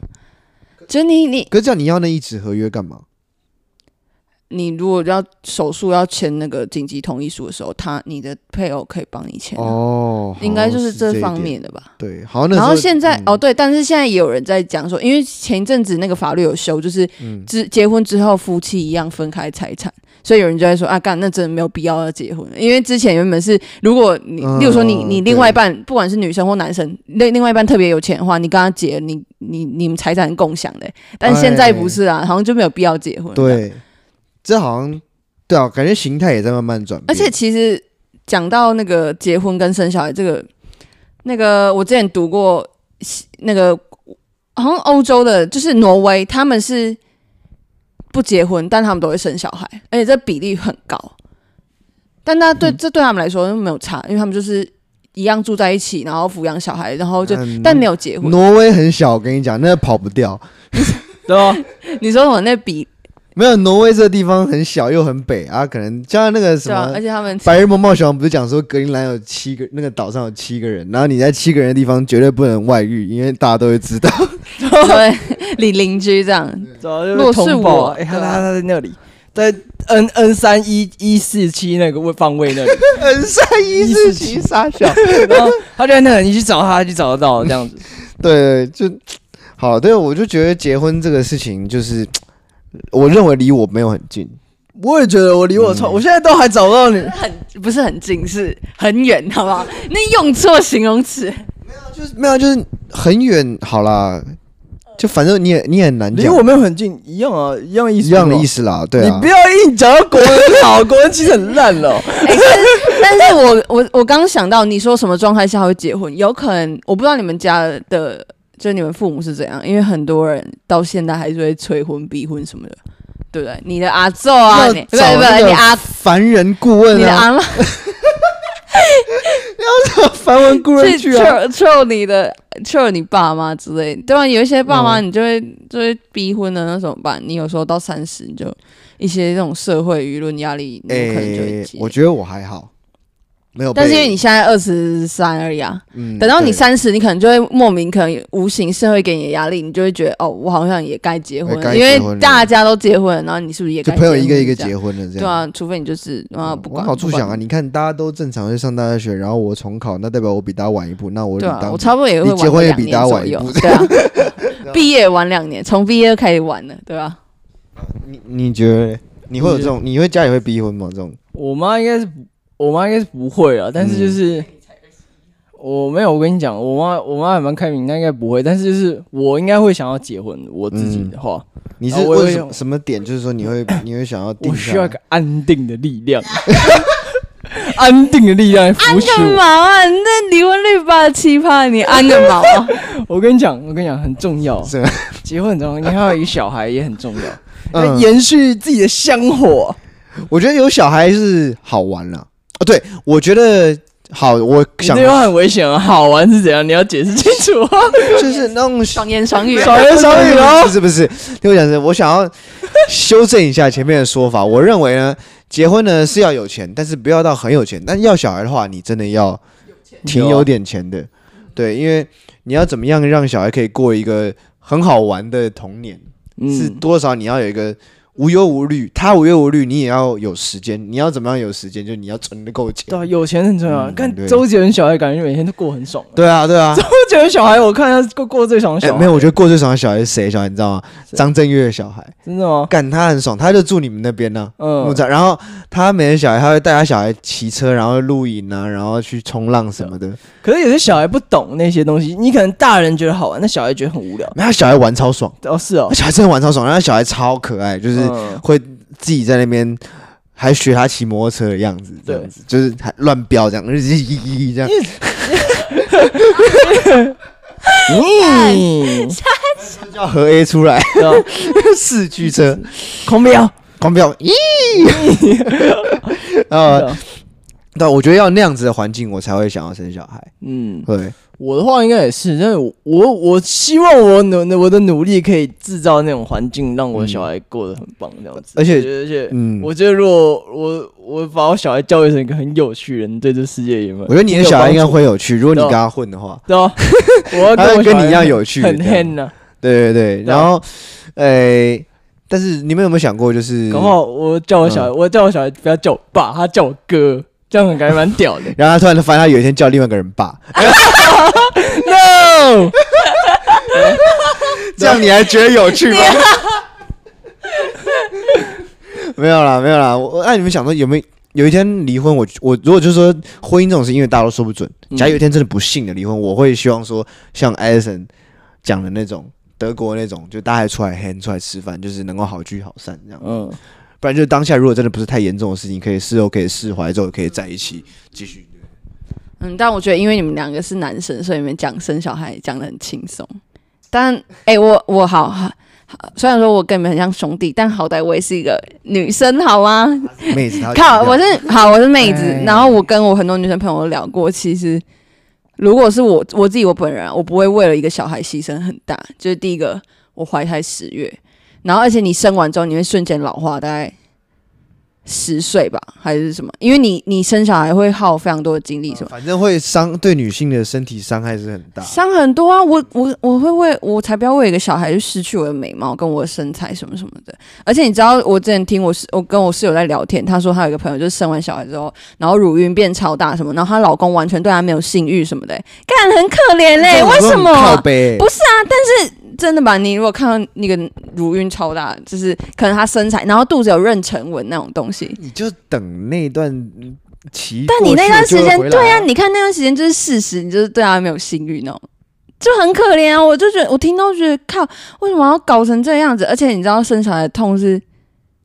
[SPEAKER 2] 就你你
[SPEAKER 1] 可是这样你要那一纸合约干嘛？
[SPEAKER 2] 你如果要手术要签那个紧急同意书的时候，他你的配偶可以帮你签啊、
[SPEAKER 1] 哦，
[SPEAKER 2] 应该就
[SPEAKER 1] 好
[SPEAKER 2] 是
[SPEAKER 1] 像这
[SPEAKER 2] 这
[SPEAKER 1] 一
[SPEAKER 2] 方
[SPEAKER 1] 点，
[SPEAKER 2] 面的吧。
[SPEAKER 1] 对，好像那时
[SPEAKER 2] 然
[SPEAKER 1] 候
[SPEAKER 2] 后现在、
[SPEAKER 1] 嗯
[SPEAKER 2] 哦对，但是现在也有人在讲说，因为前一阵子那个法律有修，就是
[SPEAKER 1] 嗯
[SPEAKER 2] 之结婚之后夫妻一样分开财产，所以有人就在说啊，干那真的没有必要要结婚了，因为之前原本是如果你，
[SPEAKER 1] 嗯
[SPEAKER 2] 例如说你你
[SPEAKER 1] 对
[SPEAKER 2] 另外一半不管是女生或男生，另另外一半特别有钱的话，你跟他结，你你你们财产是共享的，但现在不是啊，好像就没有必要结婚。，
[SPEAKER 1] 哎对，这好像对啊，感觉形态也在慢慢转变。
[SPEAKER 2] 而且其实讲到那个结婚跟生小孩这个，那个我之前读过西那个好像欧洲的，就是挪威，他们是不结婚，但他们都会生小孩，而且这比例很高。但那
[SPEAKER 1] 嗯
[SPEAKER 2] 对、这对他们来说没有差，因为他们就是一样住在一起，然后抚养小孩，然后就、
[SPEAKER 1] 嗯
[SPEAKER 2] 但没有结婚。
[SPEAKER 1] 挪威很小，我跟你讲，那跑不掉。
[SPEAKER 3] 对啊，
[SPEAKER 2] 你说我那比
[SPEAKER 1] 没有，挪威这个地方很小又很北啊，可能加上那个什
[SPEAKER 2] 对啊，
[SPEAKER 1] 么
[SPEAKER 2] 而且他们
[SPEAKER 1] 《白日梦冒险王》不是讲说格陵兰有七个，那个岛上有七个人，然后你在七个人的地方绝对不能外遇，因为大家都会知道。
[SPEAKER 2] 对邻邻居这样，
[SPEAKER 3] 早就
[SPEAKER 2] 如果是
[SPEAKER 3] 通
[SPEAKER 2] 我
[SPEAKER 3] 报，哎，他
[SPEAKER 2] 对啊
[SPEAKER 3] 他他在那里，在 N N 三一一四七那个位方位那里，
[SPEAKER 1] 很善一四
[SPEAKER 3] 四七
[SPEAKER 1] 七傻小，
[SPEAKER 3] 然后他就在那里，你去找他，他就找得到这 样子。
[SPEAKER 1] 对，就好。对，我就觉得结婚这个事情，就是我认为离我没有很近，
[SPEAKER 3] 我也觉得我离我嗯超，我现在都还找不到你。
[SPEAKER 2] 很不是很近，是很远，好不好？那用错形容 词，
[SPEAKER 1] 就是没有，就是很远。好啦，就反正你也你也很难
[SPEAKER 3] 离
[SPEAKER 1] 讲，
[SPEAKER 3] 我没有很近，一样啊，一样意思，
[SPEAKER 1] 一样的意
[SPEAKER 3] 思。
[SPEAKER 1] 思啦。对啊
[SPEAKER 3] 你不，要硬讲到国文好，国文其实很烂哦 了。
[SPEAKER 2] 但哎是我我我刚想到你说什么状态下会结婚，有可能我不知道你们家的，就你们父母是怎样，因为很多人到现在还是会催婚、逼婚什么的，对不对？你的阿昼啊，
[SPEAKER 1] 要
[SPEAKER 2] 你不
[SPEAKER 1] 找
[SPEAKER 2] 对不
[SPEAKER 1] 那
[SPEAKER 2] 对，
[SPEAKER 1] 个
[SPEAKER 2] 你阿
[SPEAKER 1] 凡人顾问
[SPEAKER 2] 你的
[SPEAKER 1] 啊，
[SPEAKER 2] 阿妈
[SPEAKER 1] 凡人顾问
[SPEAKER 2] 去
[SPEAKER 1] 去啊。
[SPEAKER 2] 臭臭你的臭你爸妈之类，对啊吧？有一些爸
[SPEAKER 1] 哦
[SPEAKER 2] 妈你就会、就会逼婚的，那怎么办？你有时候到三十，你就一些这种社会舆论压力，你有可能就会
[SPEAKER 1] 哎
[SPEAKER 2] 接。，
[SPEAKER 1] 我觉得我还好，没有被。
[SPEAKER 2] 但是因为你现在二十三而已啊，
[SPEAKER 1] 嗯
[SPEAKER 2] 等到你
[SPEAKER 1] 对
[SPEAKER 2] 三十，你可能就会莫名，可能无形社会给你的压力，你就会觉得哦，我好像也该结婚
[SPEAKER 1] 也
[SPEAKER 2] 了，
[SPEAKER 1] 该
[SPEAKER 2] 因
[SPEAKER 1] 结婚了
[SPEAKER 2] 为大家都结婚了，然后你是不是也
[SPEAKER 1] 就
[SPEAKER 2] 该
[SPEAKER 1] 朋友一个一个
[SPEAKER 2] 结婚
[SPEAKER 1] 结婚了，这
[SPEAKER 2] 这
[SPEAKER 1] 样
[SPEAKER 2] 样？对啊，除非你就是啊，
[SPEAKER 1] 嗯
[SPEAKER 2] 不
[SPEAKER 1] 我
[SPEAKER 2] 管
[SPEAKER 1] 好处想啊，
[SPEAKER 2] 不管
[SPEAKER 1] 你看大家都正常去上大学，然后我重考，那代表我比大家晚一步，那我
[SPEAKER 2] 对
[SPEAKER 1] 理
[SPEAKER 2] 啊，
[SPEAKER 1] 当
[SPEAKER 2] 我差不多也会
[SPEAKER 1] 你
[SPEAKER 2] 晚
[SPEAKER 1] 结婚也
[SPEAKER 2] 两
[SPEAKER 1] 比
[SPEAKER 2] 年
[SPEAKER 1] 大家
[SPEAKER 2] 左
[SPEAKER 1] 晚一
[SPEAKER 2] 右
[SPEAKER 1] 步
[SPEAKER 2] 对 啊， 毕业晚两年，从毕业就开始晚了，对吧？
[SPEAKER 1] 你你觉得嘞你会有这种？你会家里会逼婚吗？这种
[SPEAKER 3] 我妈应该是不，我妈应该是不会啊，
[SPEAKER 1] 嗯
[SPEAKER 3] 但是就是、我没有，我跟你讲，我妈我妈还蛮开明，她应该不会，但是就是我应该会想要结婚，我自己的话，
[SPEAKER 1] 你是
[SPEAKER 3] 啊我
[SPEAKER 1] 为
[SPEAKER 3] 会
[SPEAKER 1] 什
[SPEAKER 3] 有
[SPEAKER 1] 么什么点？就是说你 会你会想要定
[SPEAKER 3] 我
[SPEAKER 1] 下
[SPEAKER 3] 需要
[SPEAKER 1] 来
[SPEAKER 3] 一个安定的力量， 安定的力量来扶持
[SPEAKER 2] 干嘛啊？你那离婚率八七趴，你安个 毛啊？
[SPEAKER 3] 我。我跟你讲，我跟你讲，很重要，
[SPEAKER 1] 是吗
[SPEAKER 3] 结婚很重要，你还有一个小孩也很重要，要
[SPEAKER 1] 嗯，
[SPEAKER 3] 延续自己的香火。
[SPEAKER 1] 我觉得有小孩是好玩了。哦，对，我觉得好，我
[SPEAKER 3] 你
[SPEAKER 1] 想
[SPEAKER 3] 这句话很危险啊！好玩是怎样？你要解释清楚啊！
[SPEAKER 1] 就是那种
[SPEAKER 2] 爽言爽语啊，
[SPEAKER 3] 少言少语哦
[SPEAKER 1] 不。是不是，听我讲是，我想要修正一下前面的说法。我认为呢，结婚呢是要有钱，但是不要到很有钱。但要小孩的话，你真的要挺有点钱的，对，因为你要怎么样让小孩可以过一个很好玩的童年，是
[SPEAKER 3] 嗯，
[SPEAKER 1] 多少你要有一个。无忧无虑，他无忧无虑，你也要有时间。你要怎么样有时间？就你要存的够钱。
[SPEAKER 3] 对啊，有钱很重要。
[SPEAKER 1] 嗯
[SPEAKER 3] 看
[SPEAKER 1] 对
[SPEAKER 3] 周杰伦小孩，感觉每天都过很爽。
[SPEAKER 1] 对啊，对啊。
[SPEAKER 3] 周杰伦小孩，我看他过过最爽的
[SPEAKER 1] 哎、
[SPEAKER 3] 小孩，
[SPEAKER 1] 没有，我觉得过最爽的小孩是谁？小孩你知道吗？张震岳的小孩，
[SPEAKER 3] 真的吗？
[SPEAKER 1] 干他很爽，他就住你们那边呢、木
[SPEAKER 3] 嗯，
[SPEAKER 1] 栅，然后他每天小孩，他会带他小孩骑车，然后露营啊，然后去冲浪什么的。
[SPEAKER 3] 可是有些小孩不懂那些东西，你可能大人觉得好玩，那小孩觉得很无聊。
[SPEAKER 1] 没有他小孩玩超爽，
[SPEAKER 3] 哦，是哦
[SPEAKER 1] 他，小孩真的玩超爽，然后他小孩超可爱，就是
[SPEAKER 3] 嗯
[SPEAKER 1] 会自己在那边还学他骑摩托车的样子，这样子就是还乱飙这样，这样。 哎
[SPEAKER 3] 嗯，
[SPEAKER 1] 叫合 A 出来，
[SPEAKER 3] 对啊，
[SPEAKER 1] 四驱车
[SPEAKER 3] 孔彪，
[SPEAKER 1] 狂飙，咦！ 呃，
[SPEAKER 3] 啊
[SPEAKER 1] 但我觉得要那样子的环境，我才会想要生小孩。
[SPEAKER 3] 嗯，
[SPEAKER 1] 对，
[SPEAKER 3] 我的话应该也是，但是我我我希望我努我的努力可以制造那种环境，让我的小孩过得很棒这样子。
[SPEAKER 1] 嗯而且
[SPEAKER 3] 我觉得而且，
[SPEAKER 1] 嗯
[SPEAKER 3] 我觉得如果我我把我小孩教育成一个很有趣的人，对这世界也没有
[SPEAKER 1] 我觉得你的小孩应该会有趣，如果你
[SPEAKER 3] 对啊
[SPEAKER 1] 跟他混的话。
[SPEAKER 3] 对啊，我要
[SPEAKER 1] 他
[SPEAKER 3] 跟
[SPEAKER 1] 会
[SPEAKER 3] 我
[SPEAKER 1] 跟
[SPEAKER 3] 小孩
[SPEAKER 1] 你一样有趣
[SPEAKER 3] 很
[SPEAKER 1] 这样
[SPEAKER 3] hen 呐。
[SPEAKER 1] 对对对，
[SPEAKER 3] 对啊
[SPEAKER 1] 然后，诶、但是你们有没有想过，就是。
[SPEAKER 3] 搞不好我叫我小孩，我叫我小孩不要叫我爸，他叫我哥，这样感觉蛮屌的
[SPEAKER 1] 然后他突然发现他有一天叫另外一个人爸，
[SPEAKER 3] No，
[SPEAKER 1] 这样你还觉得有趣吗？没有啦，没有啦，我那你们想说有没有？有一天离婚我，我如果就是说婚姻这种事，因为大家都说不准。
[SPEAKER 3] 嗯
[SPEAKER 1] 假如有一天真的不幸的离婚，我会希望说像艾德森讲的那种德国那种，就大家还出来 hand 出来吃饭，就是能够好聚好散这样。
[SPEAKER 3] 嗯，
[SPEAKER 1] 不然就是当下如果真的不是太严重的事情，可以事后可以释怀之后可以在一起继续。
[SPEAKER 2] 嗯，但我觉得因为你们两个是男生，所以你们讲生小孩讲的很轻松。但哎、我我好好，虽然说我跟你们很像兄弟，但好歹我也是一个女生，好吗？
[SPEAKER 1] 妹子她
[SPEAKER 2] 靠，我是好，我是妹子
[SPEAKER 3] 哎。
[SPEAKER 2] 然后我跟我很多女生朋友聊过，其实如果是我我自己我本人啊，我不会为了一个小孩牺牲很大。就是第一个，我怀胎十月，然后而且你生完之后你会瞬间老化，大概十岁吧还是什么？因为你你生小孩会耗非常多的精力，什么。
[SPEAKER 1] 反正会伤对女性的身体伤害是很大。
[SPEAKER 2] 伤很多啊！我我我会为我才不要为一个小孩就失去我的美貌跟我的身材什么什么的。而且你知道，我之前听我室我跟我室友在聊天，她说她有一个朋友就是生完小孩之后，然后乳晕变超大什么，然后她老公完全对她没有性欲什么的、干很可怜嘞、为什么
[SPEAKER 1] 靠
[SPEAKER 2] 啊？
[SPEAKER 1] 背？
[SPEAKER 2] 不是真的吧？你如果看到那个乳晕超大，就是可能她身材，然后肚子有妊娠纹那种东西。
[SPEAKER 1] 你就等那段期过
[SPEAKER 2] 但
[SPEAKER 1] 去
[SPEAKER 2] 你
[SPEAKER 1] 了就会回来啊，
[SPEAKER 2] 那段时间，对啊，你看那段时间就是事实，你就是对她没有性欲那种，就很可怜啊！我就觉得，我听到觉得靠，为什么要搞成这样子？而且你知道生小孩的痛是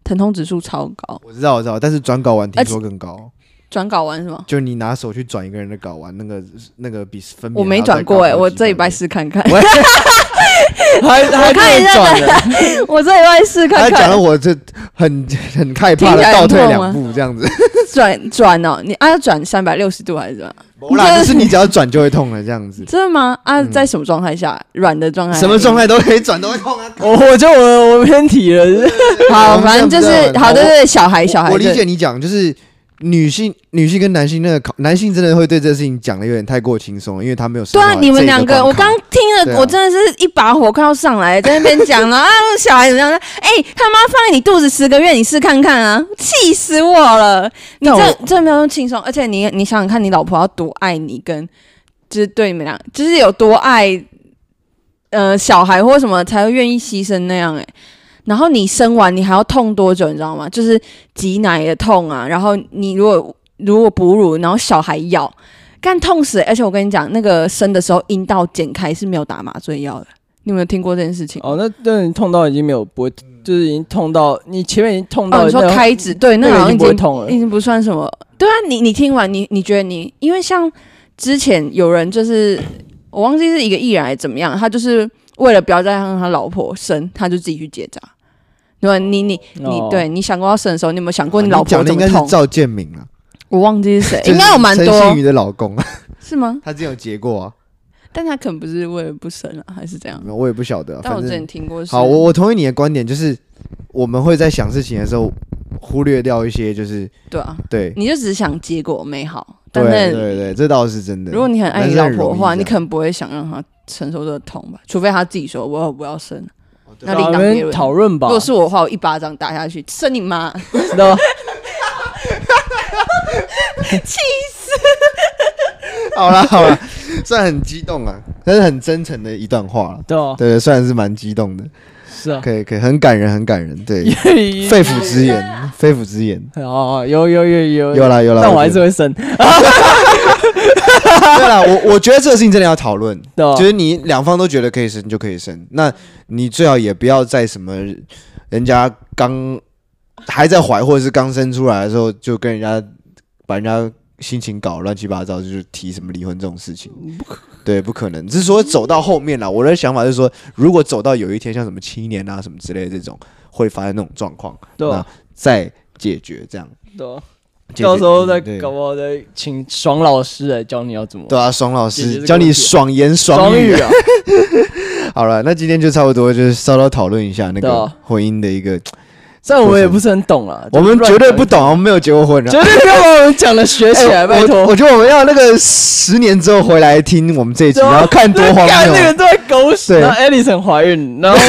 [SPEAKER 2] 疼痛指数超高，
[SPEAKER 1] 我知道我知道，但是转睾丸听
[SPEAKER 2] 而且
[SPEAKER 1] 说更高，
[SPEAKER 2] 转睾丸是吗？
[SPEAKER 1] 就你拿手去转一个人的睾丸，那个那个比分
[SPEAKER 2] 我没转过哎、
[SPEAKER 1] 哎、
[SPEAKER 2] 我这礼拜试看看，
[SPEAKER 1] 喂。
[SPEAKER 3] 还还
[SPEAKER 2] 看
[SPEAKER 3] 这
[SPEAKER 2] 一
[SPEAKER 3] 么
[SPEAKER 2] 下
[SPEAKER 3] 转的，
[SPEAKER 2] 我这礼拜试
[SPEAKER 1] 他
[SPEAKER 2] 看
[SPEAKER 1] 哎
[SPEAKER 2] 哎
[SPEAKER 1] 讲
[SPEAKER 2] 看
[SPEAKER 1] 的我这很很害怕的倒退
[SPEAKER 2] 啊
[SPEAKER 1] 两步这样 子，
[SPEAKER 2] 转转哦，你啊要转三百六十度还是怎么样？
[SPEAKER 1] 不啦，就是你只要转就会痛了这样 子，
[SPEAKER 2] 真的吗？啊，
[SPEAKER 1] 嗯
[SPEAKER 2] 在什么状态下？软的状态？
[SPEAKER 1] 什么状？态都可以转都会痛啊。
[SPEAKER 3] 我我就我我偏题 了，就是
[SPEAKER 2] 好，
[SPEAKER 1] 我们
[SPEAKER 2] 反正就
[SPEAKER 1] 这样比啊
[SPEAKER 2] 是
[SPEAKER 1] 较
[SPEAKER 2] 好，对对对，小孩
[SPEAKER 1] 我
[SPEAKER 2] 哎小孩，
[SPEAKER 1] 我理
[SPEAKER 2] 对
[SPEAKER 1] 解你讲，就是女性女性跟男性那个考，男性真的会对这事情讲的有点太过轻松了，因为他没有
[SPEAKER 2] 对啊，你们两
[SPEAKER 1] 个
[SPEAKER 2] 个，我刚听
[SPEAKER 1] 对
[SPEAKER 2] 了，
[SPEAKER 1] 啊
[SPEAKER 2] 我真的是一把火快要上来，在那边讲了啊，小孩怎么样？哎、他妈放在你肚子十个月，你试看看啊，气死我了！你
[SPEAKER 3] 但
[SPEAKER 2] 这这没有用轻松，而且你你想想看，你老婆要多爱你跟，就是对你们俩，就是有多爱，呃，小孩或什么才会愿意牺牲那样哎、然后你生完你还要痛多久，你知道吗？就是挤奶的痛啊，然后你如果如果哺乳，然后小孩咬，干痛死欸、而且我跟你讲，那个生的时候阴道剪开是没有打麻醉药的，你有没有听过这件事情？
[SPEAKER 3] 哦，那那你痛到已经没有不会，就是已经痛到你前面已经痛
[SPEAKER 2] 哦，
[SPEAKER 3] 到
[SPEAKER 2] 你说
[SPEAKER 3] 那种
[SPEAKER 2] 开指对，
[SPEAKER 3] 那
[SPEAKER 2] 那
[SPEAKER 3] 个
[SPEAKER 2] 好
[SPEAKER 3] 已经
[SPEAKER 2] 像已
[SPEAKER 3] 不会
[SPEAKER 2] 经
[SPEAKER 3] 痛了
[SPEAKER 2] 已，经不算什么。对啊，你你听完你你觉得你，因为像之前有人就是我忘记是一个艺人还是怎么样，他就是为了不要再让他老婆生，他就自己去结扎。对吧，你你你
[SPEAKER 3] 哦，
[SPEAKER 2] 对你想过要生的时候，你有没有想过
[SPEAKER 1] 过
[SPEAKER 2] 你老婆
[SPEAKER 1] 啊讲的
[SPEAKER 2] 怎
[SPEAKER 1] 应
[SPEAKER 2] 么
[SPEAKER 1] 该是
[SPEAKER 2] 痛？
[SPEAKER 1] 赵建明啊，
[SPEAKER 2] 我忘记是谁，
[SPEAKER 1] 就是
[SPEAKER 2] 应该有蛮
[SPEAKER 1] 陈信
[SPEAKER 2] 多
[SPEAKER 1] 宇的老公啊，
[SPEAKER 2] 是吗？
[SPEAKER 1] 他之前有结过啊，
[SPEAKER 2] 但他可能不是为了不生啊，还是这样。
[SPEAKER 1] 我也不晓得啊，
[SPEAKER 2] 但我
[SPEAKER 1] 反
[SPEAKER 2] 之
[SPEAKER 1] 正
[SPEAKER 2] 前听过是，
[SPEAKER 1] 好，我我同意你的观点，就是我们会在想事情的时候忽略掉一些，就是
[SPEAKER 2] 对啊，
[SPEAKER 1] 对
[SPEAKER 2] 你就只想结果美好，但
[SPEAKER 1] 对
[SPEAKER 2] 是
[SPEAKER 1] 对对，这倒是真的。
[SPEAKER 2] 如果你很爱你
[SPEAKER 1] 男
[SPEAKER 2] 老
[SPEAKER 1] 生
[SPEAKER 2] 婆的
[SPEAKER 1] 很
[SPEAKER 2] 话，
[SPEAKER 1] 容易
[SPEAKER 2] 你
[SPEAKER 1] 这样
[SPEAKER 2] 可能不会想让她承受这个痛吧，除非她自己说我我不要生。那另
[SPEAKER 3] 我
[SPEAKER 2] 当别
[SPEAKER 3] 们
[SPEAKER 2] 论。
[SPEAKER 3] 讨论吧啊
[SPEAKER 2] 如，果是我的话，我一巴掌打下去，生你妈！
[SPEAKER 3] 知道吧？
[SPEAKER 1] 好啦好啦， 算很激动啊，但是很真诚的一段话了。
[SPEAKER 3] 对啊，
[SPEAKER 1] 对，算是蛮激动的，
[SPEAKER 3] 是啊，
[SPEAKER 1] 可以可以，很感人，很感人，对，
[SPEAKER 3] 肺，
[SPEAKER 1] 肺腑之言，肺腑之 言，
[SPEAKER 3] 好好哦有有有有
[SPEAKER 1] 有，啦有啦，
[SPEAKER 3] 但我还是
[SPEAKER 1] 觉
[SPEAKER 3] 会生，
[SPEAKER 1] 得对啦，我我觉得这个事情真的要讨论，
[SPEAKER 3] 对吧
[SPEAKER 1] 就？是你两方都觉得可以生就可以生，那你最好也不要在什么人家刚还在怀或者是刚生出来的时候就跟人家把人家心情搞乱七八糟，就是提什么离婚这种事情，对，不可能。只是说走到后面啦，我的想法是说，如果走到有一天像什么七年啊什么之类的这种会发生那种状况，
[SPEAKER 3] 对
[SPEAKER 1] 那
[SPEAKER 3] 啊
[SPEAKER 1] 再解决这样，
[SPEAKER 3] 对啊，
[SPEAKER 1] 解决嗯
[SPEAKER 3] 到时候再
[SPEAKER 1] 对
[SPEAKER 3] 搞不好再请爽老师来教你要怎么
[SPEAKER 1] 对啊，爽老
[SPEAKER 3] 解决
[SPEAKER 1] 师
[SPEAKER 3] 这个
[SPEAKER 1] 教你
[SPEAKER 3] 问题啊
[SPEAKER 1] 爽言爽
[SPEAKER 3] 双
[SPEAKER 1] 语
[SPEAKER 3] 语
[SPEAKER 1] 啊。
[SPEAKER 3] 啊，
[SPEAKER 1] 好了，那今天就差不多，就是稍稍讨论一下那
[SPEAKER 3] 对
[SPEAKER 1] 个
[SPEAKER 3] 啊
[SPEAKER 1] 婚姻的一个，
[SPEAKER 3] 虽然我也不是很懂啊，
[SPEAKER 1] 我们绝对不懂，我们没有结过婚啊。
[SPEAKER 3] 绝对不要把我们讲的学起来，
[SPEAKER 1] 哎
[SPEAKER 3] 啊拜
[SPEAKER 1] 我
[SPEAKER 3] 托。
[SPEAKER 1] 我觉得我们要那个十年之后回来听我们这一集，
[SPEAKER 3] 对啊
[SPEAKER 1] 然后看多荒
[SPEAKER 3] 干那
[SPEAKER 1] 谬
[SPEAKER 3] 个。都在狗屎。
[SPEAKER 1] 对
[SPEAKER 3] 然后 Alison 怀孕，然后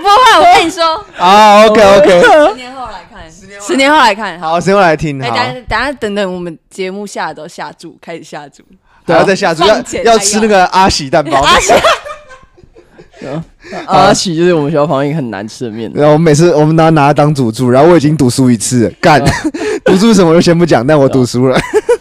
[SPEAKER 2] 不会，我跟你说，
[SPEAKER 1] 啊，OK
[SPEAKER 3] 哦
[SPEAKER 1] OK，
[SPEAKER 2] 十年后来看，十年后来看，好。
[SPEAKER 1] 好，谁会来听？
[SPEAKER 2] 哎，
[SPEAKER 1] 好，
[SPEAKER 2] 等下
[SPEAKER 1] 还
[SPEAKER 2] 等下等等，我们节目下的都下注，开始下注。啊
[SPEAKER 1] 要啊再下注，要
[SPEAKER 2] 放钱
[SPEAKER 1] 要
[SPEAKER 2] 还
[SPEAKER 1] 吃
[SPEAKER 2] 要
[SPEAKER 1] 那个阿喜蛋包。
[SPEAKER 2] 阿喜，
[SPEAKER 3] 阿喜就是我们学校旁边一个很难吃的面。
[SPEAKER 1] 然后我们每次我们拿拿它当赌注，然后我已经赌输一次了，干
[SPEAKER 3] 对啊
[SPEAKER 1] 赌注什么我就先不讲，但我赌输了。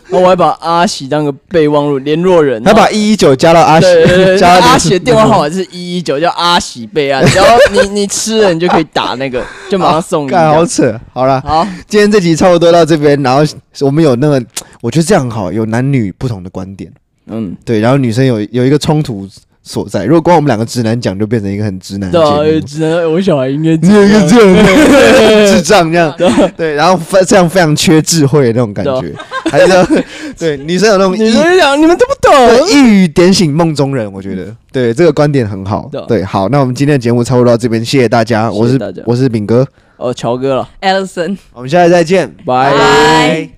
[SPEAKER 3] 然后我还把阿喜当个备忘录联络人，
[SPEAKER 1] 他
[SPEAKER 3] 然后
[SPEAKER 1] 把一一九加到阿喜
[SPEAKER 3] 对对，对，
[SPEAKER 1] 加到
[SPEAKER 3] 阿喜的电话号码是一一九，叫阿喜备案。然后 你你吃了，你就可以打那个，就马上送你。
[SPEAKER 1] 啊干好扯。好了，
[SPEAKER 3] 好，
[SPEAKER 1] 今天这集差不多到这边，然后我们有那个， 我觉得这样好，有男女不同的观点，
[SPEAKER 3] 嗯，
[SPEAKER 1] 对，然后女生有有一个冲突所在。如果光我们两个直男讲，就变成一个很直男的
[SPEAKER 3] 对啊，
[SPEAKER 1] 节目。
[SPEAKER 3] 只能我小孩应该
[SPEAKER 1] 嗯你有一个这样的智障这样，对，然后非这样非常缺智慧的那种感觉，还是要 对女生有那种
[SPEAKER 3] 你
[SPEAKER 1] 一
[SPEAKER 3] 们讲你们都不懂，
[SPEAKER 1] 对一语点醒梦中人，我觉得对这个观点很好
[SPEAKER 3] 嗯对。啊
[SPEAKER 1] 对，好，那我们今天的节目差不多到这边，谢谢大家，我
[SPEAKER 3] 谢谢
[SPEAKER 1] 是
[SPEAKER 3] 大家
[SPEAKER 1] 我是炳哥，
[SPEAKER 3] 哦，乔哥了，
[SPEAKER 2] Alison。
[SPEAKER 1] 我们下次再见，
[SPEAKER 3] 拜
[SPEAKER 2] 拜。